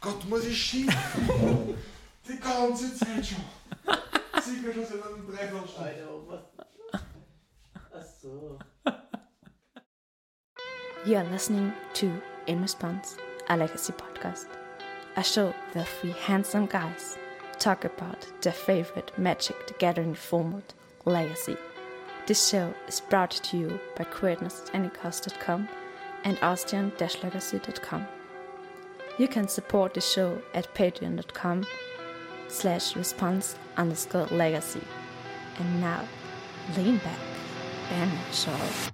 Gott, muss ich schießen? Die ganze Zeit schon. Sicher schon seit einem Dreiviertelstunde. Alter, was? Ach so. You are listening to In Response, a legacy podcast, a show where three handsome guys talk about their favorite Magic the Gathering format, Legacy. This show is brought to you by queerness@anycost.com and austrian-legacy.com. You can support the show at patreon.com slash response underscore legacy. And now, lean back and enjoy.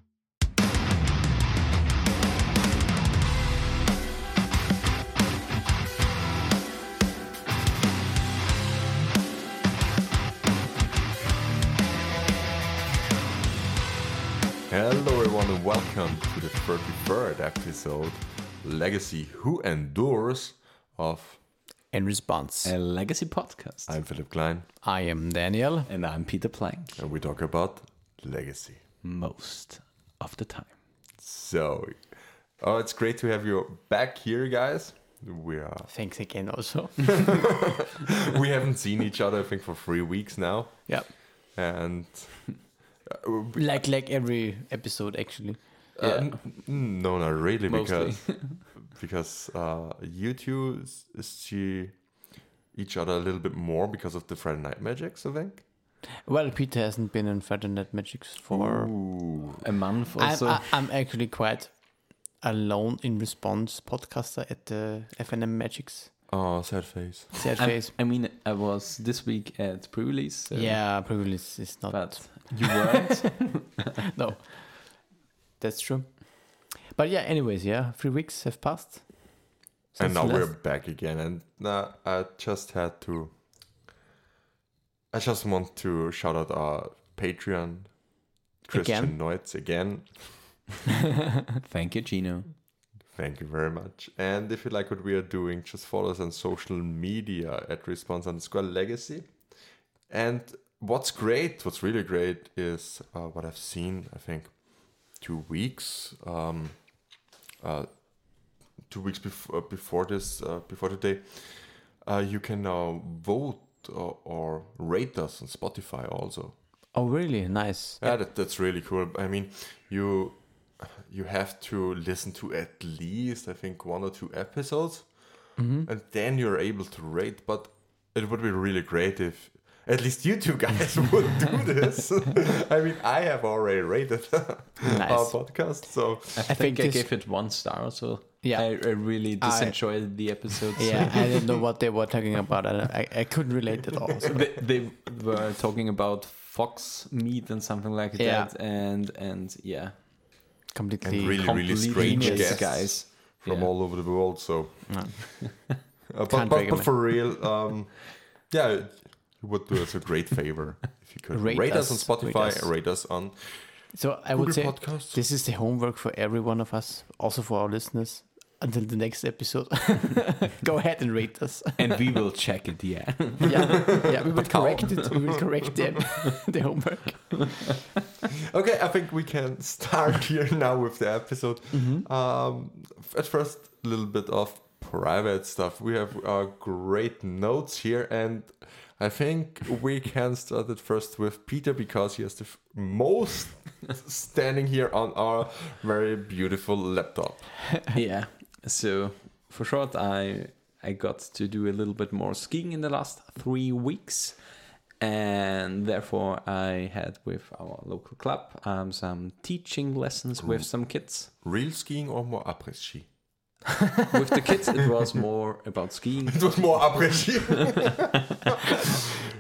Hello, everyone, and welcome to the 33rd episode Legacy Who Endures of In response, a legacy podcast. I'm Philip Klein, I am Daniel. and I'm Peter Plank. and we talk about legacy. Most of the time. So, oh, it's great to have you back here, guys. We are. Thanks again, also. We haven't seen each other, I think, for three weeks now, yeah, and uh, like like every episode, actually. Uh, n- n- no, not really, Mostly. because because uh, you two s- see each other a little bit more because of the Friday Night Magics, I think. Well, Peter hasn't been in Friday Night Magics for. A month or I'm, so. I, I'm actually quite alone in response podcaster at the FNM Magics. Oh, sad face. Sad I'm- face. I mean, I was this week at pre-release. so- yeah, probably is is not. But you weren't. no, that's true. But yeah, anyways, yeah, three weeks have passed. and since now the we're last- back again, and uh, I just had to. I just want to shout out our Patreon, Christian Again? Neutz again. Thank you, Gino. Thank you very much. And if you like what we are doing, just follow us on social media at response underscore legacy. And what's great, what's really great is uh, what I've seen, I think, two weeks, um, uh, two weeks before, before this, uh, before today, uh, you can now vote or, or rate us on Spotify also. Oh, really? Nice. Yeah, that, that's really cool. I mean, you you have to listen to at least I think one or two episodes, Mm-hmm. and then you're able to rate. But it would be really great if at least you two guys would do this. I mean, I have already rated our Nice. podcast, so I think I, think this- gave it one star, so Yeah. I, I really I- disenjoyed the episode. so- Yeah, I didn't know what they were talking about. I, I, I couldn't relate at all. so- they, they were talking about fox meat and something like Yeah. that, and and yeah, completely. and really really completely strange genius guests guys. from Yeah. all over the world. So, Yeah. Uh, but, but, Can't but recommend. for real, um, yeah, you would do us a great favor if you could rate, Rate us, us, on rate Spotify, us. rate us on so I Google would say Podcasts. this is the homework for every one of us, also for our listeners. Until the next episode, go ahead and rate us. and we will check it. Yeah, Yeah, yeah, we will But how? correct it. We will correct them. the homework. Okay, I think we can start here now with the episode. Um, f- at first, a little bit of private stuff. We have uh, great notes here, and I think we can start it first with Peter because he has the f- most standing here on our very beautiful laptop. yeah. So for short, I I got to do a little bit more skiing in the last three weeks, and therefore I had with our local club um, some teaching lessons with some kids. Real skiing or more après ski? With the kids, it was more about skiing. It was more après ski.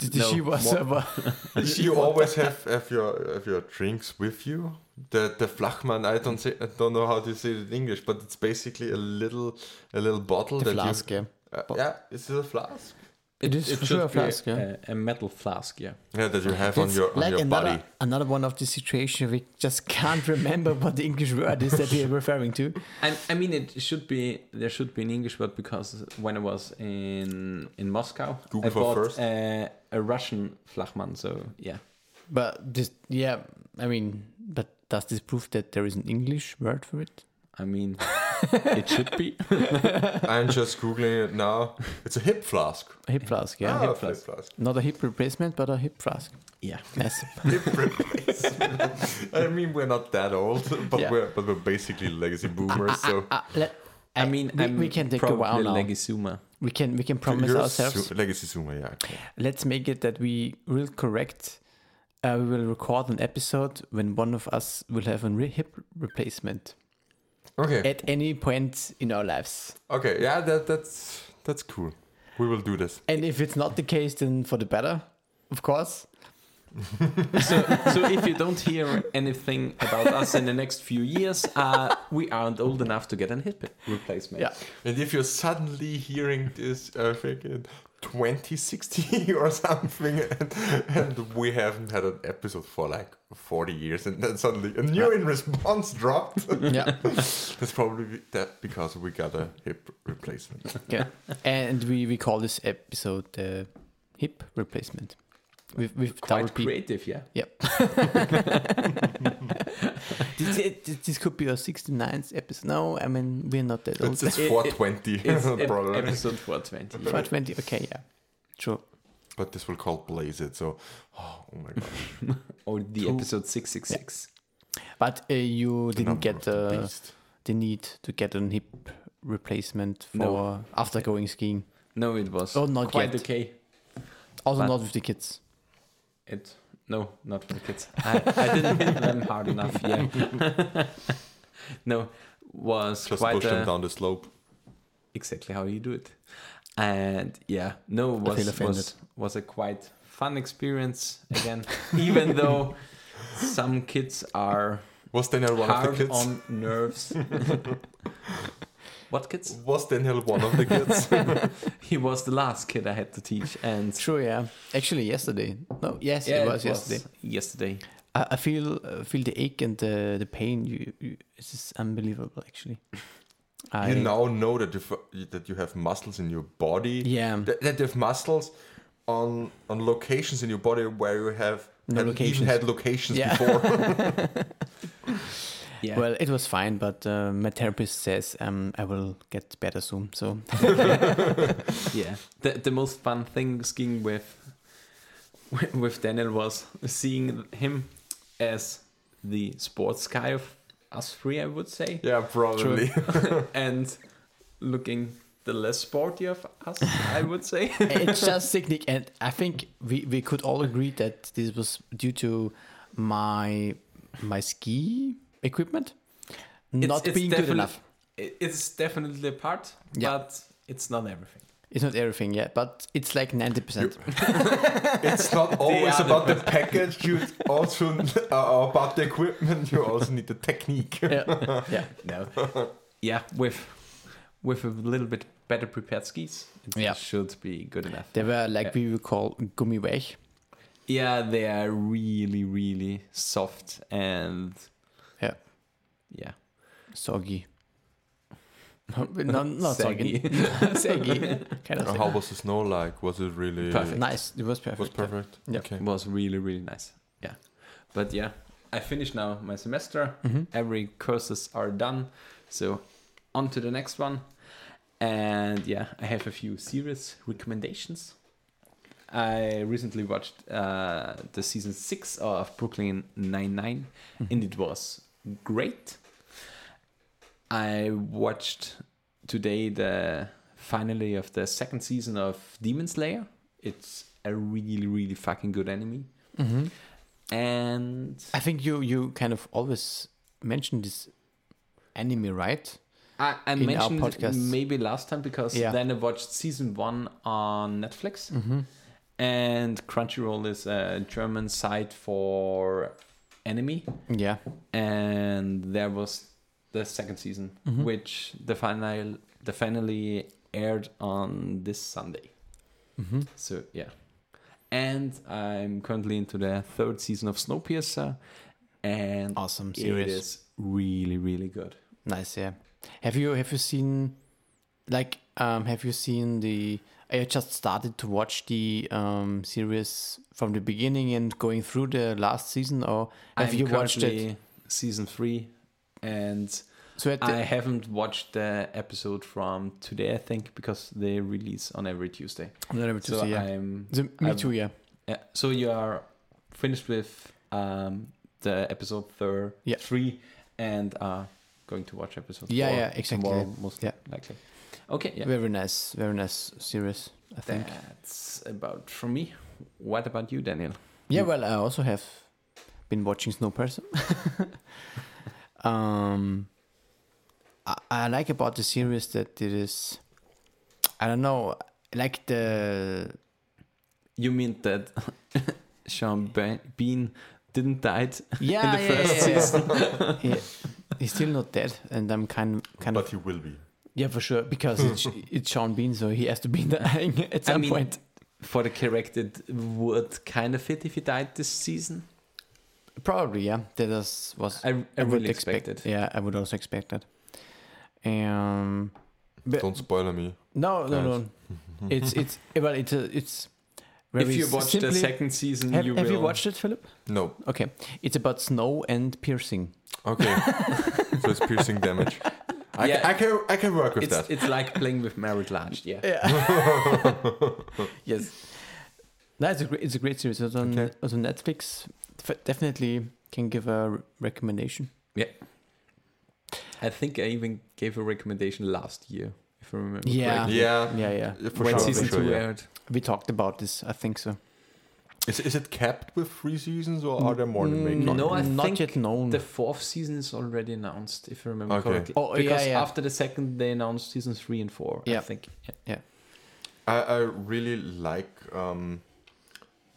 The No, she was more- aber- you always have, have your have your drinks with you. The the flachmann, I don't say, I don't know how to say it in English, but it's basically a little a little bottle the that flask. yeah. you uh, yeah, is it a flask? It is for should sure a be flask. yeah. a, a metal flask, yeah. Yeah, that you have on It's your on like your another, body. another one of the situations we just can't remember what the English word is that we are referring to. I, I mean, it should be there should be an English word because when I was in in Moscow, Google I for bought first. A, a Russian flachmann. So yeah, But this, yeah, I mean, but does this prove that there is an English word for it? I mean, it should be. I'm just googling it now. It's a hip flask. A hip flask, yeah. Ah, Hip- a hip flask. Not a hip replacement, but a hip flask. Yeah. Yes. Hip replacement. I mean, we're not that old, but Yeah. we're but we're basically legacy boomers. So Ah, let, I mean, we, I'm we can take a probably while now. Legisuma. we can we can promise You're ourselves. Su- legacy Zoomer, yeah. okay. Let's make it that we will correct. Uh, we will record an episode when one of us will have a re- hip replacement Okay. at any point in our lives. Okay, yeah, that that's that's cool. We will do this. And if it's not the case, then for the better, of course. so, so if you don't hear anything about us in the next few years, uh, we aren't old enough to get a hip replacement. Yeah. And if you're suddenly hearing this, uh, I think in 2060 or something, and, and we haven't had an episode for like 40 years, and then suddenly a new in response dropped. Yeah. that's probably that because we got a hip replacement. yeah. And we, we call this episode uh, hip replacement. With, with double Quite P. creative, yeah. This, it- this- this could be our 69th episode. No, I mean, we're not that old. It's, it's It- it- 420 It's ep- probably, episode 420. yeah. 420, okay, yeah. True. but this will call blaze it. So, oh, oh my god, Or the Two. episode 666. But uh, you the didn't number get of the uh, the, beast. the need to get a hip replacement for No. after going skiing. No, it was Oh, not quite yet. okay. Also, But- not with the kids. It no, not for kids. I, I didn't hit them hard enough. Yeah. no, was Just quite push a- them down the slope. exactly how you do it. And yeah, no, feel was offended. was, was a quite fun experience again. even though some kids are Was Daniel one hard of the kids? on nerves. what kids? Was Daniel one of the kids? He was the last kid I had to teach, and True, yeah. Actually, yesterday. No, yes, Yeah, it was yesterday. Yesterday, I, I feel uh, feel the ache and the the pain. You, you it's just unbelievable, actually. I you now know that you f- that you have muscles in your body. yeah That, that you have muscles on on locations in your body where you have haven't No even locations. had locations Yeah. before. yeah. Well, it was fine, but uh, my therapist says um, I will get better soon. So yeah the, the most fun thing skiing with with daniel was seeing him as the sports guy of us three i would say yeah, probably. and looking the less sporty of us i would say it's just sickening, and I think we, we could all agree that this was due to my my ski equipment not it's being good definite- enough. it- it's definitely a part Yeah. but it's not everything It's not everything yet, but it's like ninety percent. It's not always other about the package. You also uh, about the equipment. You also need the technique. Yeah, yeah, no yeah with with a little bit better prepared skis it Yeah. should be good enough they were like we would call gummiweg. Yeah, they are really, really soft and Yeah. yeah, Soggy. No, no, not soggy. Saggy. saggy. kind of Uh, How was the snow like? Was it really Perfect. Nice. It was perfect. Was perfect. Yeah. Okay. It was really, really nice. Yeah, but yeah, I finished now my semester. Mhm. Every courses are done, so on to the next one. And yeah, I have a few series recommendations. I recently watched uh, the season six of Brooklyn Nine and it was great. I watched today the finally of the second season of Demon Slayer. It's a really, really fucking good anime. hmm And I think you you kind of always mention this anime, right? I, I Ah, In our mentioned it podcasts. maybe last time because Yeah. then I watched season one on Netflix. Mm-hmm. And Crunchyroll is a German site for anime. Yeah. and there was the second season, Mhm. which the final the finally aired on this Sunday. Mm-hmm. So yeah, and I'm currently into the third season of Snowpiercer, and Awesome it series. is really really good. Nice. Yeah. Have you have you seen like um have you seen the I just started to watch the um series from the beginning and going through the last season or have I'm you watched it? currently Season three, and So at the, I haven't watched the episode from today, I think, because they release on every Tuesday. not able to so see. Yeah. I'm. So, me I've- too. Yeah. Yeah, so you are finished with um, the episode thir- Yeah. three and are going to watch episode Yeah, four. yeah, exactly. Tomorrow, most Yeah. likely. Okay, yeah. Very nice. Very nice series. I think. That's about from me. What about you, Daniel? Yeah, You- well, I also have been watching Snow Person. um, I, I like about the series that it is, I don't know, like the You mean that Sean Be- Bean didn't die? yeah, the yeah, yeah, first yeah. Yeah. He's still not dead, and I'm kind kind but of he will be. yeah for sure because it's it's Sean Bean, so he has to be dying at I some mean- point. For the character, it would kind of fit if he died this season. Probably, yeah. That was was I, I, would really expected. Yeah, I would also expect that. Um, but- Don't spoiler me. No, no, Guys. no. it's it's eh, well, it's a, it's If you watch the simply- second season, Have, you have will. you watched it, Philip? No. Okay, it's about snow and piercing. Okay. so it's piercing damage. I, Yeah. I can I can work with It's, that. it's like playing with married lunch. Yeah. yes. No, it's a great, it's a great series. It's on, Okay. it's on Netflix. F- definitely can give a re- recommendation. I think I even gave a recommendation last year, if I remember. Yeah. correctly. yeah. Yeah, yeah. For when sure, season for sure, two yeah. aired. We talked about this. I think so. Is, is it capped with three seasons or are there more than Mm, make one? No, I not think yet known. The fourth season is already announced, if I remember Okay. correctly. Oh, yeah, because yeah. after the second, they announced season three and four. I Yeah. think. Yeah. I, I really like um,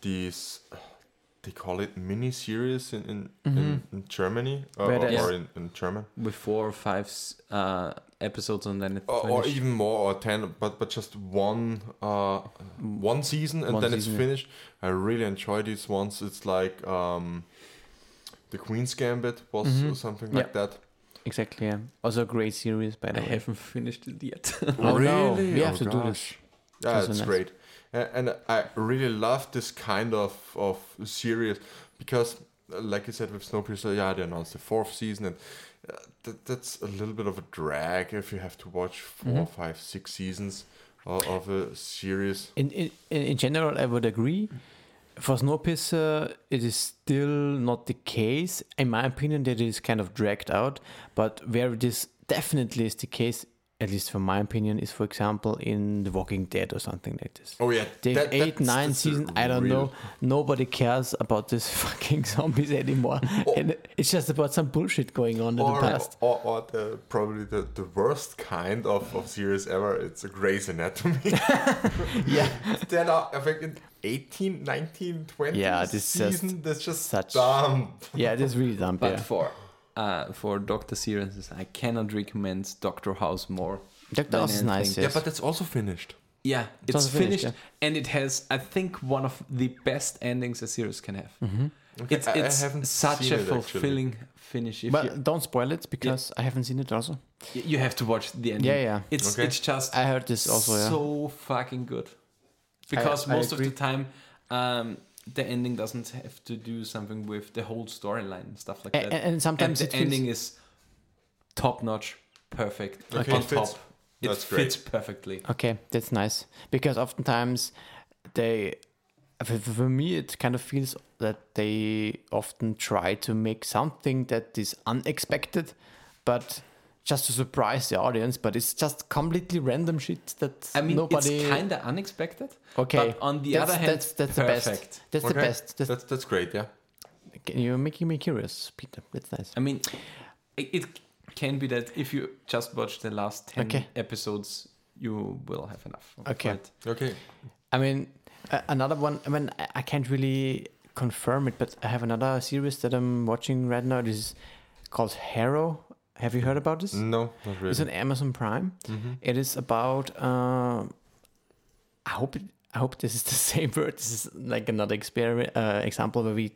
these. They call it mini series in in, in, in Germany uh, Mm-hmm. Where or, there's- or in, in German With four or five s- uh, episodes, and then it Oh, or, or finished. even more or ten, but but just one uh, one season and One then season, it's yeah. finished. I really enjoy these ones. It's like um, the Queen's Gambit was Mhm. something Yeah. like that. exactly. Yeah. Also a great series by I the way. haven't finished it yet. Oh, no. Really? We have Oh, to do this. gosh. Yeah, Also it's nice. great. A- And I really love this kind of, of series because, uh, like you said, with Snowpiercer, yeah, they announced the fourth season, and uh, that, that's a little bit of a drag if you have to watch Mm-hmm. four, five, six seasons of, of a series. In, in in in general, I would agree. For Snowpiercer, it is still not the case, in my opinion, that it is kind of dragged out. But where it is definitely is the case, at least for my opinion, is for example in The Walking Dead or something like this. Oh, yeah. They that- eight, that's- nine that's a season, I don't real- know. Nobody cares about this fucking zombies anymore. And it's just about some bullshit going on in the Oh. Or, past. or, or the, probably the, the worst kind of, of series ever, it's Grey's Anatomy. Yeah. There are, I think, in 18, 19, 20 Yeah, this just season, that's just such- dumb. Yeah, it is really dumb. But yeah. for uh, for doctor series, I cannot recommend Doctor House more. Doctor House is Then I nice, think- Yeah, yes. but that's also finished. Yeah, it's, also finished, finished, and it has, I think, one of the best endings a series can have. Mm-hmm. It's, I- I it's haven't such seen a it, actually. fulfilling finish. If But you, don't spoil it because I haven't seen it also. you have to watch the ending. Yeah, yeah. It's Okay. it's just I heard this also, yeah. so fucking good because I most of the agree. time um, the ending doesn't have to do something with the whole storyline and stuff like A- a- that. and, sometimes and it the feels- ending is top notch, perfect Okay, on it fits. top. It That's great. fits perfectly. okay that's nice because oftentimes they for, for me it kind of feels that they often try to make something that is unexpected but just to surprise the audience but it's just completely random shit that I mean, nobody it's kind of unexpected. okay But on the That's- other hand, that's that's the perfect. best that's the Okay. best that's, That's that's great, yeah. you're making me curious peter that's nice I mean, it, it can be that if you just watch the last 10 Okay. episodes, you will have enough. of Okay. it. Okay. I mean, uh, another one. I mean, I- I can't really confirm it, but I have another series that I'm watching right now. This is called Harrow. Have you heard about this? No, not Mm, really. Mm-hmm. It's on Amazon Prime. It is about. Uh, I hope. It, I hope this is the same word. This is like another experiment, uh, example where we.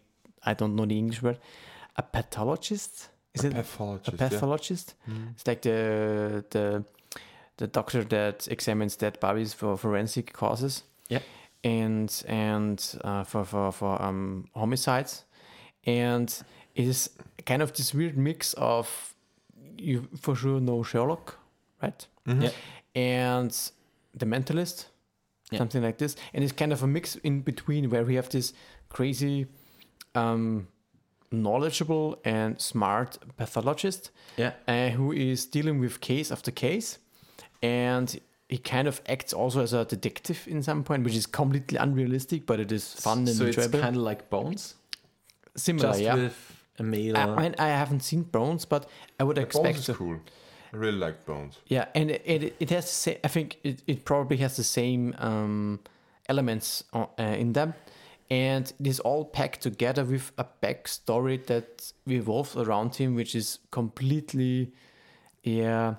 I don't know the English word. A pathologist. Is a it pathologist? Hmm. a pathologist? It's like the the the doctor that examines dead bodies for forensic causes. Yeah. And and uh, for for for um, homicides, and it is kind of this weird mix of you for sure know Sherlock, right? Yeah. And The Mentalist, Yeah. something like this. And it's kind of a mix in between where we have this crazy, um, knowledgeable and smart pathologist Yeah. uh, who is dealing with case after case, and he kind of acts also as a detective in some point, which is completely unrealistic, but it is fun and so it's enjoyable. kind of like Bones, Similar, just uh, yeah. with a male. I, I, mean, I haven't seen Bones, but I would expect. Bones to- is cool. I really like Bones. Yeah, and it, it, it has the same. I think it, it probably has the same um, elements uh, uh, in them, and it is all packed together with a backstory that revolves around him, which is completely, yeah,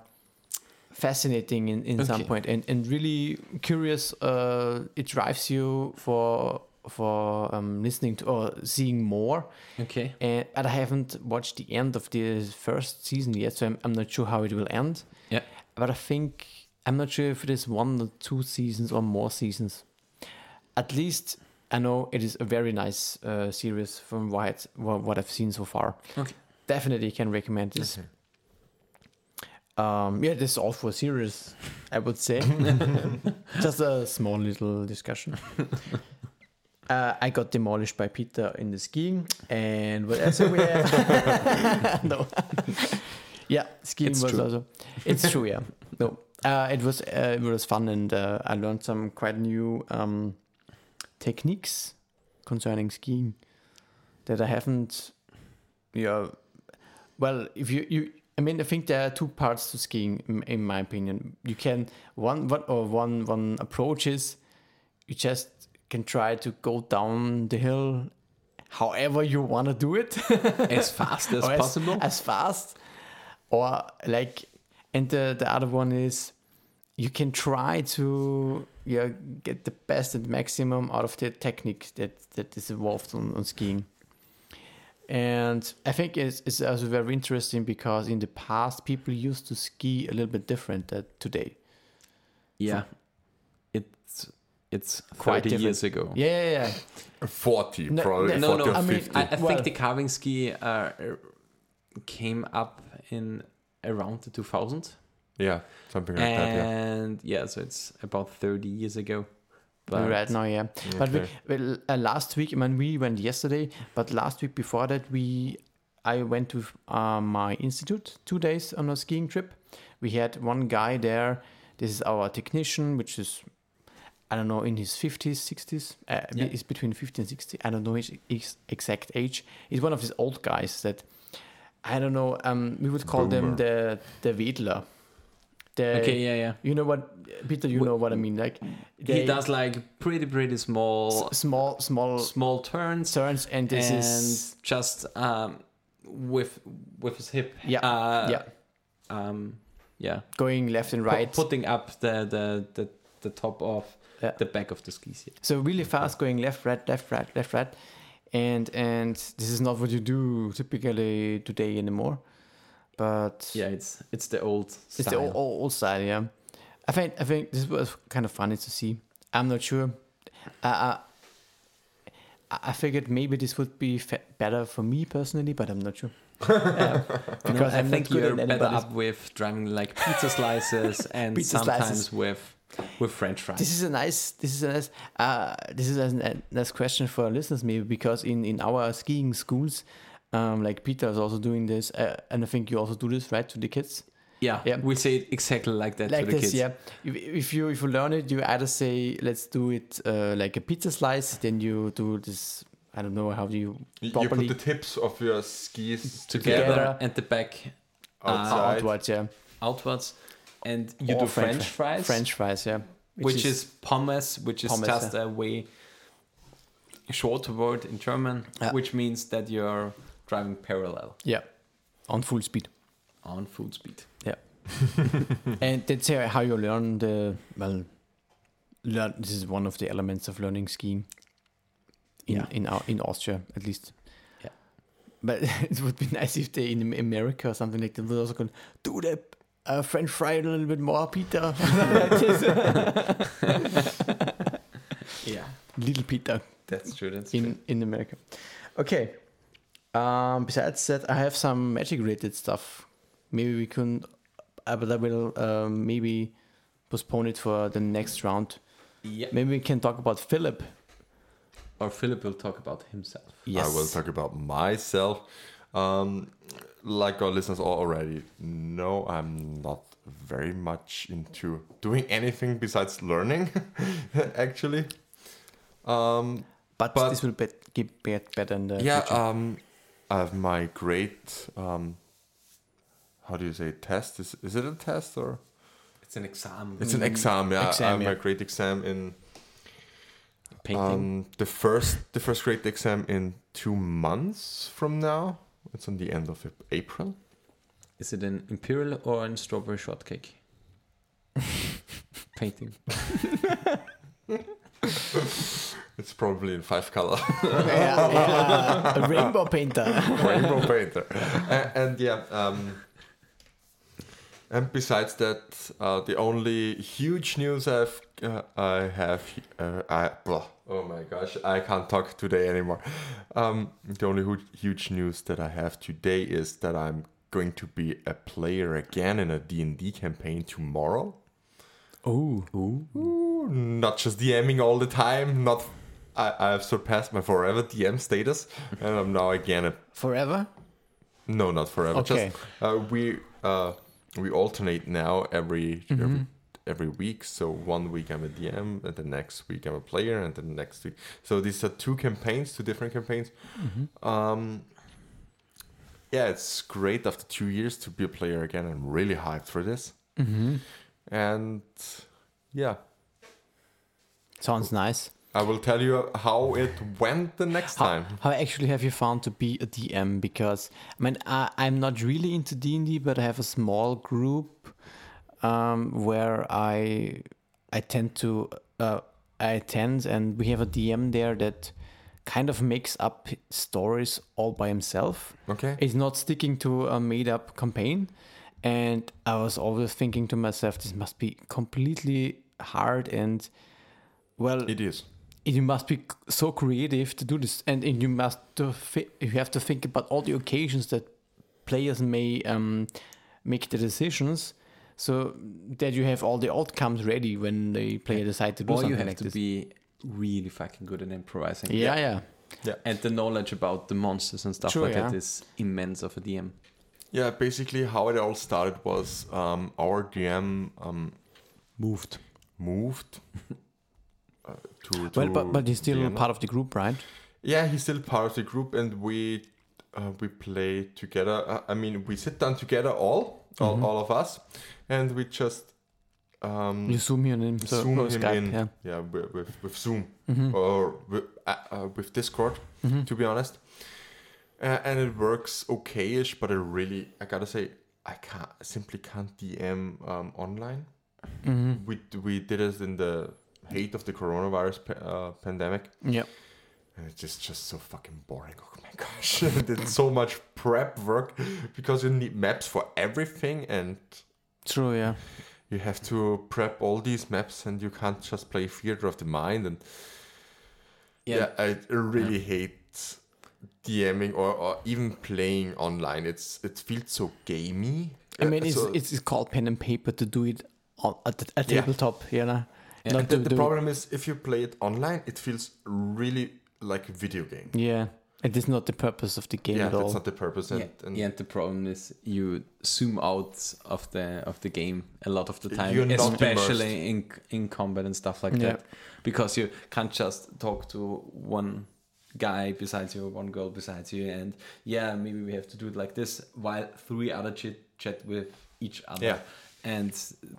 fascinating in, in some Okay. point, and and really curious. Uh, it drives you for for um, listening to or seeing more. okay. Uh, but I haven't watched the end of the first season yet, so I'm, I'm not sure how it will end. Yeah. But I think, I'm not sure if it is one or two seasons or more seasons. At least I know it is a very nice uh, series from what, what, what I've seen so far. Okay. Definitely can recommend this. Um, yeah, this is all for series, I would say. Just a small little discussion. Uh, I got demolished by Peter in the skiing, and what else do we have? no. yeah, skiing It's was true. also. It's true, yeah. No, uh, it was uh, it was fun, and uh, I learned some quite new um, techniques concerning skiing that I haven't. Yeah, well, if you you. I mean, I think there are two parts to skiing, m- in my opinion. You can one one or one one approach is you just can try to go down the hill, however you want to do it, As fast as Or Oh, as- possible. as fast or like and the, the other one is you can try to yeah get the best and maximum out of the technique that that is involved on, on skiing and i think it's, it's also very interesting because in the past people used to ski a little bit different than today yeah. It's it's Quite 30 different. years ago. yeah yeah, yeah. 40, No, probably No, 40 no, or I mean, 50. I, I Well- think the carving ski uh, uh, came up in around the 2000s. yeah, something like that, and yeah. so it's about 30 years ago. But right now yeah. yeah Eh, But we, Okay. well, uh, last week, I mean, we went yesterday, but last week before that, we I went to uh, my institute two days on a skiing trip. We had one guy there. This is our technician, which is I don't know in his fifties, sixties. Uh, Yeah. He's between fifty and sixty. I don't know his ex- exact age. He's one of these old guys that I don't know. Um, we would call them Boomer. the the Wedler. The, okay, yeah, yeah. You know what, Peter? You Wh- know what I mean? Like He does like pretty, pretty small, s- small, small small turns concerns and this and is just um, with with his hip. Yeah, uh, yeah Um, yeah. going left and Pu- right putting up the the the, the top of Yeah. the back of the skis. Yeah. so really fast going left right left right left right and and this is not what you do typically today anymore but Yeah, it's it's the old style. it's the old, old, old style yeah i think i think this was kind of funny to see i'm not sure uh, uh, i i figured maybe this would be fa- better for me personally but i'm not sure Uh, Yeah, because I i'm not think good you're at better anybody's up with driving like pizza slices and Pizza sometimes slices. with with French fries. This is a nice. This is a nice. Uh, this is a n- nice question for our listeners, maybe because in in our skiing schools, um, like Peter is also doing this, uh, and I think you also do this, right, to the kids. yeah, yeah. we say it exactly like that like to the this, kids. yeah. If, if you if you learn it, you either say let's do it uh, like a pizza slice, then you do this. I don't know how do you You- You properly put the tips of your skis Together, Together. Ah, and the back outside. outward, yeah. outwards, and you Or do French, fries, French fries, yeah. which, is, pommes, which is Pommes, just a way short word in German, Yeah. which means that you're driving parallel yeah, on full speed. on food speed. and that's uh, how you learn the well learn this is one of the elements of learning skiing in Yeah. in, our, in austria at least Yeah. but it would be nice if they in america or something like that would also go do the uh, french fry a little bit more peter Yeah, little peter that's true. That's true. in in america okay um besides that i have some magic related stuff maybe we can, uh, but I will um, maybe postpone it for the next round. Yeah. Maybe we can talk about Philip. Or Philip will talk about himself. I will talk about myself. Um, like our listeners all already know, I'm not very much into doing anything besides learning, actually. Um, but, but- this will bet- get bet- better in the yeah, future. um, I have my great, um, how do you say, test? Is, is it a test or? It's an exam. It's an exam, yeah. Mm, exam, I have my yeah. great exam in painting. um, the first the first grade exam in two months from now. It's on the end of Ap- April. Is it an imperial or an strawberry shortcake? painting. It's probably in five color yeah, yeah, a rainbow painter. rainbow painter. and, and yeah, um, and besides that, uh, the only huge news I've uh, I have uh, I blah, oh my gosh, I can't talk today anymore. Um, the only hu- huge news that I have today is that I'm going to be a player again in a D&D campaign tomorrow. Oh, Ooh, not just DMing all the time. Not I, I've surpassed my forever DM status, and I'm now again a forever? no, not forever. Okay. Just uh, we uh, we alternate now every Mm-hmm. every every week. So one week I'm a DM, and the next week I'm a player, and the next week. So these are two campaigns, two different campaigns. Mm-hmm. Um, yeah, it's great after two years to be a player again. I'm really hyped for this, Mm-hmm. and yeah. Sounds nice. I will tell you how it went the next How, time. how actually have you found to be a DM? Because I mean, I, I'm not really into D and D, but I have a small group um, where I I tend to uh, I attend, and we have a DM there that kind of makes up stories all by himself. Okay. It's not sticking to a made up campaign. And I was always thinking to myself, this must be completely hard and, well, It is. you must be c- so creative to do this, and, and you must to fi- you have to think about all the occasions that players may um, make the decisions, so that you have all the outcomes ready when the player decide to do Or something you have like to this. be really fucking good at improvising. yeah, yeah, And the knowledge about the monsters and stuff True, like that yeah. is immense of a DM. Yeah, basically how it all started was um, our DM um, Moved. moved uh, to, to Well, but but he's still Vienna. part of the group, right? Yeah, he's still part of the group, and we uh, we play together. Uh, I mean, we sit down together, all all, Mm-hmm. all of us, and we just Mm. um, You zoom in and so, zoom or him Skype, in. yeah. with, with, with Zoom or with, uh, uh, with Discord, to be honest. Uh, and it works okay-ish, but I really, I gotta say, I can't simply can't DM um, online. Mm-hmm. We we did it in the hate of the coronavirus pa- uh, pandemic, Yeah, and it's just just so fucking boring. Oh my gosh, I did so much prep work because you need maps for everything and true, yeah. you have to prep all these maps and you can't just play theater of the mind and yeah, i really hate dming or, or even playing online it's it feels so gamey I mean, Uh, it's, so- it's it's called pen and paper to do it on, at the, at Yeah. tabletop, you know. Not the, to the do it- problem is if you play it online it feels really like a video game Yeah, it is not the purpose of the game yeah at all. that's not the purpose and, yeah, and yeah, and the problem is you zoom out of the of the game a lot of the time, You're not especially in in combat and stuff like Yeah. that, because you can't just talk to one guy besides you, one girl besides you, and yeah, maybe we have to do it like this while three other chit chat with each other, Yeah. and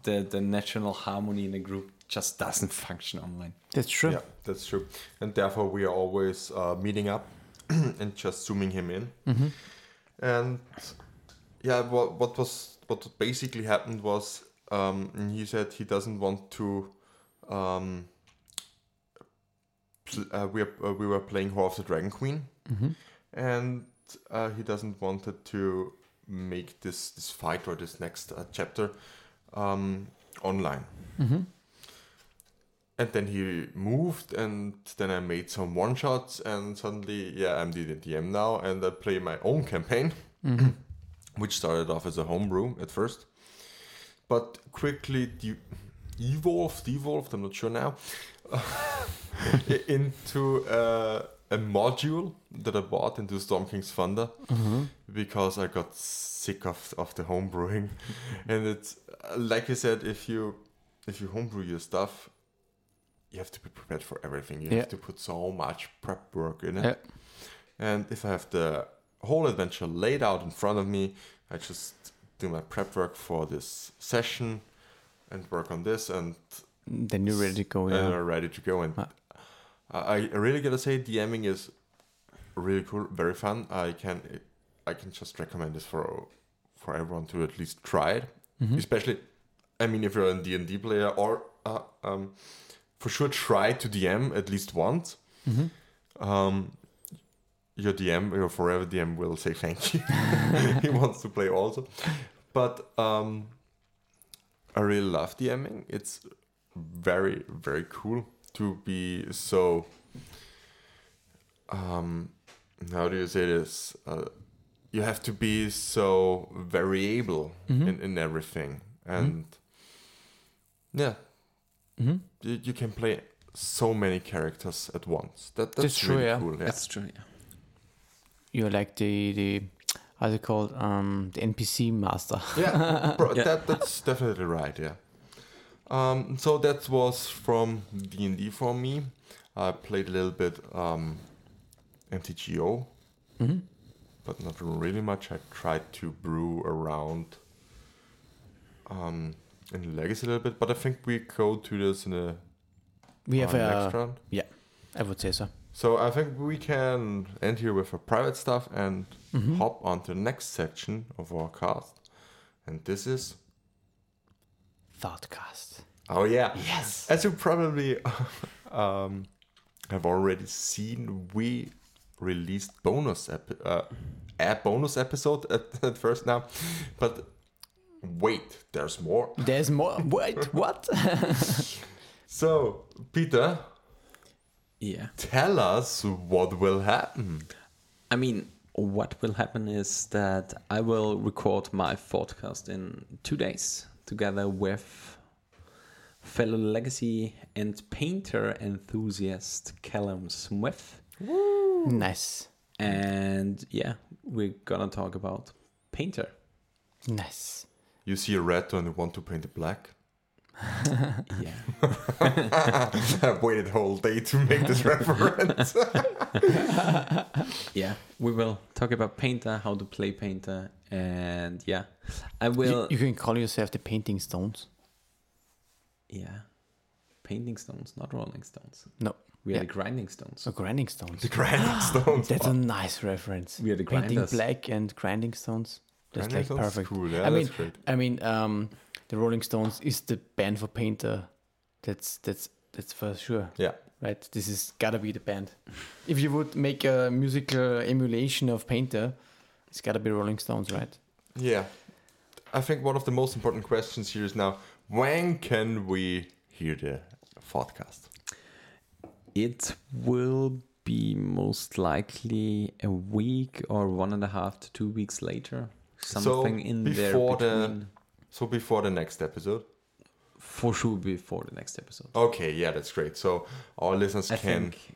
the the natural harmony in a group just doesn't function online. That's true. Yeah, that's true. And therefore, we are always uh, meeting up and just zooming him in. And yeah, what, what was what basically happened was um, he said he doesn't want to. Um, pl- uh, we, are- uh, we were playing Horror of the Dragon Queen, Mm-hmm. and uh, he doesn't wanted to make this this fight or this next uh, chapter um, online. Mm-hmm. And then he moved, and then I made some one Mm-hmm. shots, and suddenly, yeah, I'm the DM now, and I play my own campaign. which started off as a homebrew at first, but quickly de- evolved, evolved, I'm not sure now, i- into uh, a module that I bought into Storm King's Thunder Mm-hmm. because I got sick of, of the homebrewing. and it's, like I said, if you if you homebrew your stuff, you have to be prepared for everything. You Yeah. have to put so much prep work in it. Yeah. And if I have the whole adventure laid out in front of me, I just do my prep work for this session and work on this, and Then you're ready to go. and Yeah. are ready to go. And Ah. I, I really gotta say, DMing is really cool, very fun. I can I can just recommend this for for everyone to at least try it. Mm-hmm. Especially, I mean, if you're a D and D player, or uh, um, for sure try to DM at least once. Mhm. Um, your DM, your forever DM, will say thank you. he wants to play also, but um, I really love DMing. It's very very cool to be so um how do you say this uh, you have to be so variable in, in everything and yeah Mhm. you, you can play so many characters at once that that's, That's true, really yeah. cool yeah. That's true. Yeah. You're like the the how's it called? Um, the NPC master. yeah, bro, Yeah. That, that's definitely right. Yeah. Um, so that was from D and D for me. I played a little bit um, MTGO, hmm but not really much. I tried to brew around um, in Legacy a little bit, but I think we go to this in a We have our next a. round. I would say so. So I think we can end here with our private stuff and Mm-hmm. hop on to the next section of our cast. And this is Thoughtcast. oh yeah. Yes. As you probably um, have already seen, we released bonus epi- uh, a bonus episode at, at first now, but wait, there's more. There's more. Wait, what? So Peter, Yeah. tell us what will happen. I mean, what will happen is that I will record my podcast in two days together with fellow legacy and painter enthusiast Callum Smith. nice. And yeah, we're gonna talk about painter. Nice. You see a red and you want to paint it black. Yeah. I've waited a whole day to make this reference. yeah. We will talk about painter, how to play painter, and yeah. I will you, you can call yourself the Painting Stones. Yeah. Painting stones, not rolling stones. No. We are Yeah. the grinding stones. So Grinding Stones. the grinding stones. That's a nice reference. We are the Painting grinders. black and grinding stones. That's Grinding like Oh, stones is perfect. Cool. Yeah, I mean, that's great. I mean, um, the Rolling Stones is the band for painter. That's that's that's for sure. Yeah. Right. This is gotta be the band. If you would make a musical emulation of painter, it's gotta be Rolling Stones, right? Yeah. I think one of the most important questions here is now when can we hear the podcast? It will be most likely a week or one and a half to two weeks later. Something in there before the- between. So before the next episode. For sure before the next episode. Okay, yeah, that's great. So our listeners I can think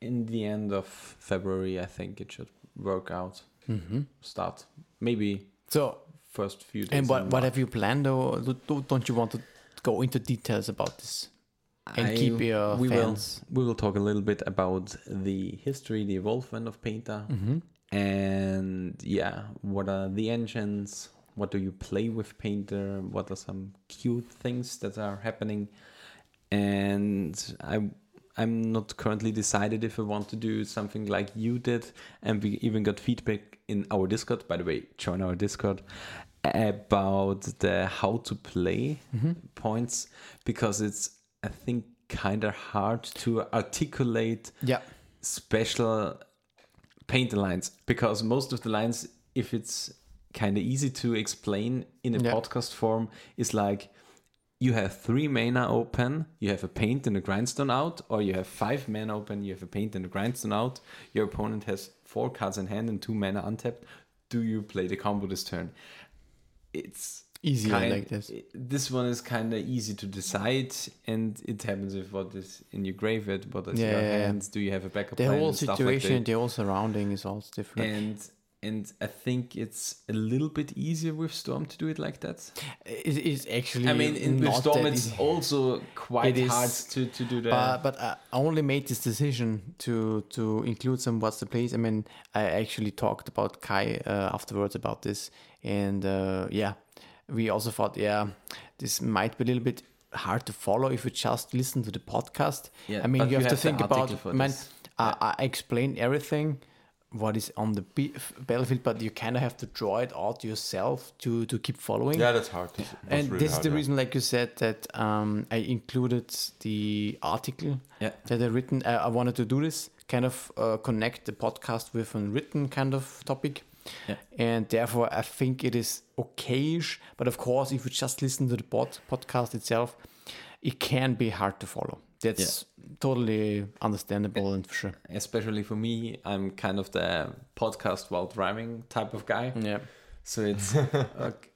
in the end of February, I think it should work out. Mm-hmm. Start maybe So, first few days. and what in what March. have you planned? Or do- do- don't you want to go into details about this and I- keep your fans? Will, we will talk a little bit about the history, the involvement of Painter, Mhm. and yeah, what are the engines? What do you play with Painter? What are some cute things that are happening? And I, I'm not currently decided if I want to do something like you did, and we even got feedback in our Discord. By the way, join our Discord about the how to play points because it's I think kind of hard to articulate Yeah. special paint lines because most of the lines, if it's kind of easy to explain in a Yeah. podcast form, is like you have three mana open, you have a paint and a grindstone out, or you have five mana open, you have a paint and a grindstone out. Your opponent has four cards in hand and two mana untapped. do you play the combo this turn? It's Easier kind- like this. This one is kind of easy to decide, and it happens with what is in your graveyard, what is in your Yeah, yeah, yeah. hands. Do you have a backup The plan? whole and stuff like situation, that. the whole surrounding is all different. and and I think it's a little bit easier with Storm to do it like that. It is actually. I mean, in, with not Storm, that it's easy. also quite It is, hard to, to do that. But but I only made this decision to to include some what's the place. I mean, I actually talked about Kai uh, afterwards about this, and uh, yeah, we also thought yeah, this might be a little bit hard to follow if you just listen to the podcast. Yeah, I mean, but you you have, to have the think article about. for Man, this. I, I explain everything. What is on the b- battlefield, but you kind of have to draw it out yourself to to keep following Yeah, that's hard. That's and really this is hard, the yeah. reason like you said that um, i included the article Yeah. that i written uh, I, I wanted to do this kind of uh, connect the podcast with an written kind of topic Yeah. and therefore i think it is okayish but of course if you just listen to the pod- podcast itself it can be hard to follow that's totally understandable and for sure especially for me, I'm kind of the podcast while driving type of guy. yeah So it's okay,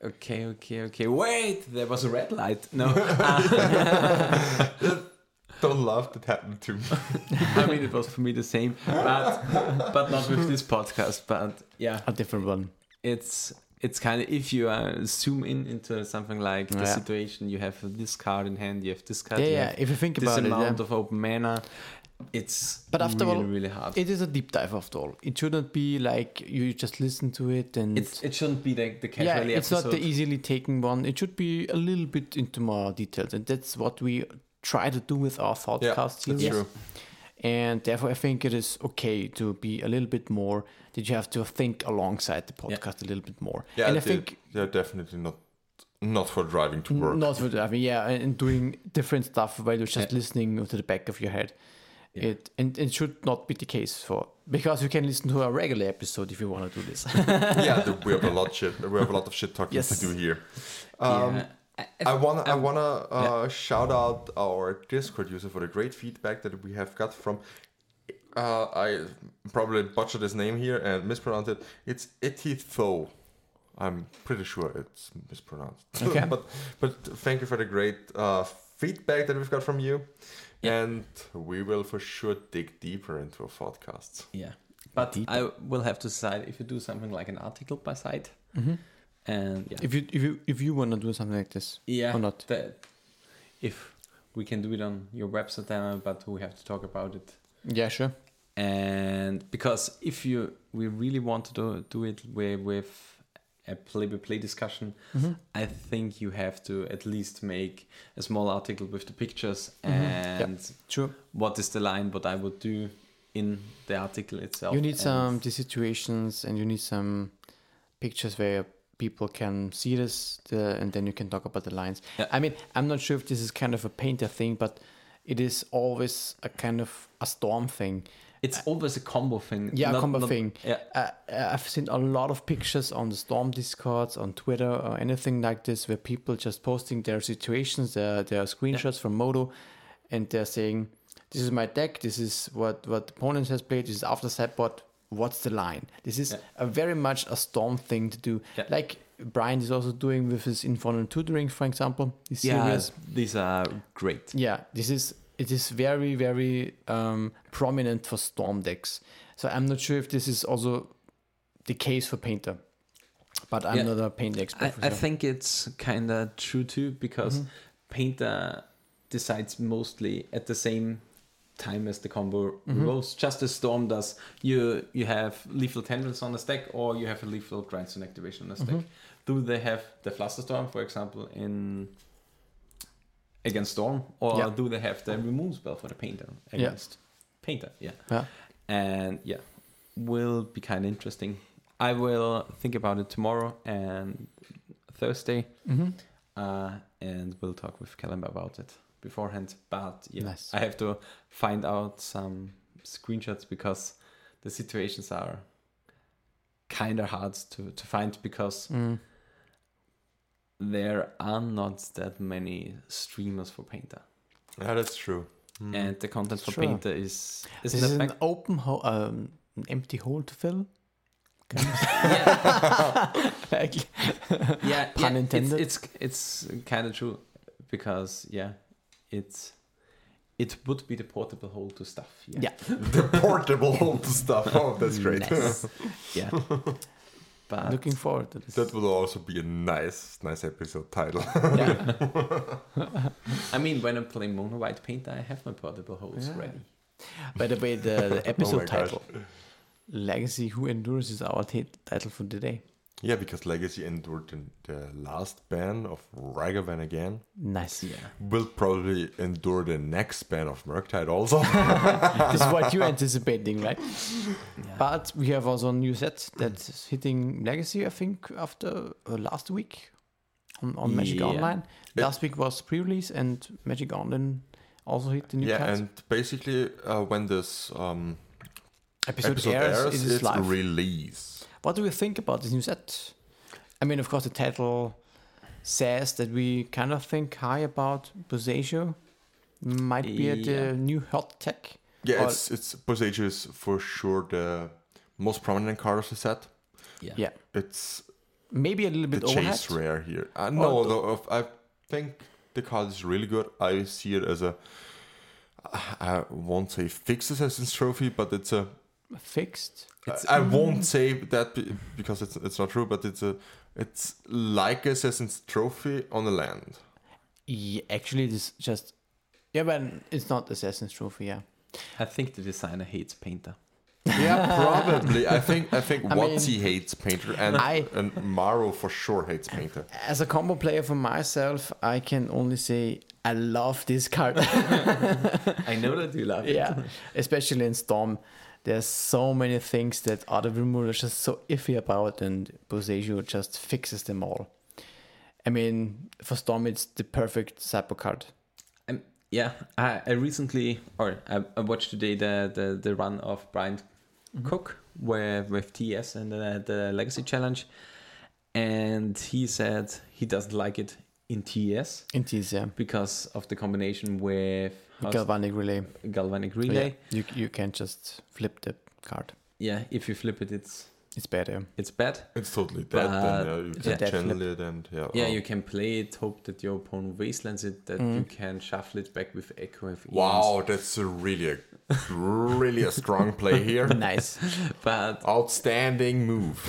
okay, okay, okay. Wait, there was a red light. No, Don't laugh. That happened to me. I mean it was for me the same, but but not with this podcast. But yeah, a different one it's it's kind of if you uh, zoom in into something like the Yeah. situation, you have this card in hand, you have this card, yeah you yeah have if you think this about it yeah. amount of open mana. It's But after really, all, really hard. It is a deep dive after all. It shouldn't be like you just listen to it and it's, it shouldn't be the, the yeah, casually it's not episode. the easily taken one. It should be a little bit into more details, and that's what we try to do with our yeah, that's podcast series. true. And therefore, I think it is okay to be a little bit more. That you have to think alongside the Yeah. podcast a little bit more. Yeah, and I dude, think yeah, definitely not not for driving to work. not with I mean, yeah, and and doing different stuff while you're just Yeah. listening to the back of your head. Yeah. It and it should not be the case for because you can listen to a regular episode if you want to do this. yeah, dude, we have a lot shit. We have a lot of shit talking Yes. to do here. e- Um, Yeah. I- I I wanna I wanna uh, shout out our Discord user for the great feedback that we have got from. Uh, I probably butchered his name here and mispronounced it. It's Etitho. I'm pretty sure it's mispronounced. Okay. but but thank you for the great uh, feedback that we've got from you, and we will for sure dig deeper into our podcasts. Yeah. But Deeper. I will have to decide if you do something like an article by site. And yeah. Mm-hmm. if you if you if you want to do something like this yeah. or not the- if we can do it on your website, then, uh, but we have to talk about it. yeah sure And because if you we really want to do, do it with, with a play by play discussion, Mm-hmm. I think you have to at least make a small article with the pictures Mm-hmm. Yeah. and true what is the line, what I would do in the article itself. you need and- some the situations and you need some pictures where people can see this the, and then you can talk about the lines Yeah. i mean i'm not sure if this is kind of a painter thing but it is always a kind of a storm thing It's always a combo thing. Yeah, a combo thing. Yeah, uh, I've seen a lot of pictures on the Storm discords, on Twitter, or anything like this, where people just posting their situations, their their screenshots from Modo, and they're saying, "This is my deck. This is what what the opponent has played. This is after sideboard. What's the line?" This is Yeah. a very much a Storm thing to do, Yeah. like Brian is also doing with his Infernal Tutoring, for example. His yeah, series. these are great. Yeah, this is it is very very um, prominent for storm decks. So I'm not sure if this is also the case for painter, but I'm Yeah. not a painter expert. I, for I sure. Mm-hmm. think it's kind of true too because Painter decides mostly at the same time as the combo rolls, just as Storm does. You you have lethal tendrils on the stack, or you have a lethal grindstone activation on the stack. Mm-hmm. Do they have the Flusterstorm, for example, in against Storm, or Yeah. do they have the remove spell for the Painter against Painter? Yeah. Yeah. and yeah will be kind of interesting i will think about it tomorrow and thursday Mhm. uh, and we'll talk with Callum about it beforehand but yeah Nice. i have to find out some screenshots because the situations are kind of hard to, to find because Mm. there are not that many streamers for painter Yeah, that's true. Mm. and the content for Sure. painter is This is is that an back- open ho- um, an empty hole to fill. games. yeah, like, yeah, Pun yeah, intended. It's it's, it's kind of true because yeah, it's it would be the portable hole to stuff. Yeah. Yeah. the portable old stuff. Oh, that's great. Nice. yeah. But looking forward to this. That would also be a nice, nice episode title. yeah. I mean, when I play mono white paint, I have my portable holes Yeah. ready. By the way, the, the episode Oh my gosh. title, Legacy Who Endures, is our t- title for today. yeah, because Legacy endured the- the last ban of Ragavan again. Nice. Will probably endure the next ban of Murktide also. this is what you're anticipating, right? But we have also a new set that's hitting Legacy, I think, after uh, last week on, on Magic Yeah. Online. Yeah. Last week was pre release, and Magic Online also hit the new yeah, cards. and basically uh, when this um, episode, episode airs, airs, it is it's live. release. what do you think about this new set? I mean, of course, the title says that we kind of think high about Bosatio. Might be at Yeah. the new hot tech. Yeah, Or- it's it's Posage is for sure the most prominent card of the set. Yeah. Yeah. It's Maybe a little the bit chase overhyped. rare here. Oh, Uh, no, Or- though, of- I think the card is really good. I see it as a uh, I won't say fixed assassin's trophy, but it's a Fixed. It's- I I won't say that be- because it's it's not true, but it's a it's like assassin's trophy on the land. Yeah, actually, it is just. Yeah, but it's not Assassin's Trophy, yeah. I think the designer hates painter. Yeah, probably. I think I think I Watsy hates Painter and I- and Maro for sure hates Painter. As a combo player for myself, I can only say I love this card. I know that you love it. yeah, especially in Storm. There's so many things that other removal is just so iffy about, and Bosegio just fixes them all. I mean, for Storm, it's the perfect Sapo card. Um, yeah, I, I recently or I, I watched today the, the, the run of Brian Cook where with TS and the, the Legacy Challenge, and he said he doesn't like it in TS In TS, yeah. because of the combination with how's- Galvanic Relay. galvanic relay. Yeah, You, you can't just flip the card. Yeah. if you flip it, it's It's better. it's bad. It's totally dead. But- and, uh, you It's a can dead channel it and yeah. Yeah, oh. Mm. you can play it, hope that your opponent wastelands it, that you can shuffle it back with echo. E If Wow, that's a really a, really a strong play here. Nice. evens. but Outstanding move.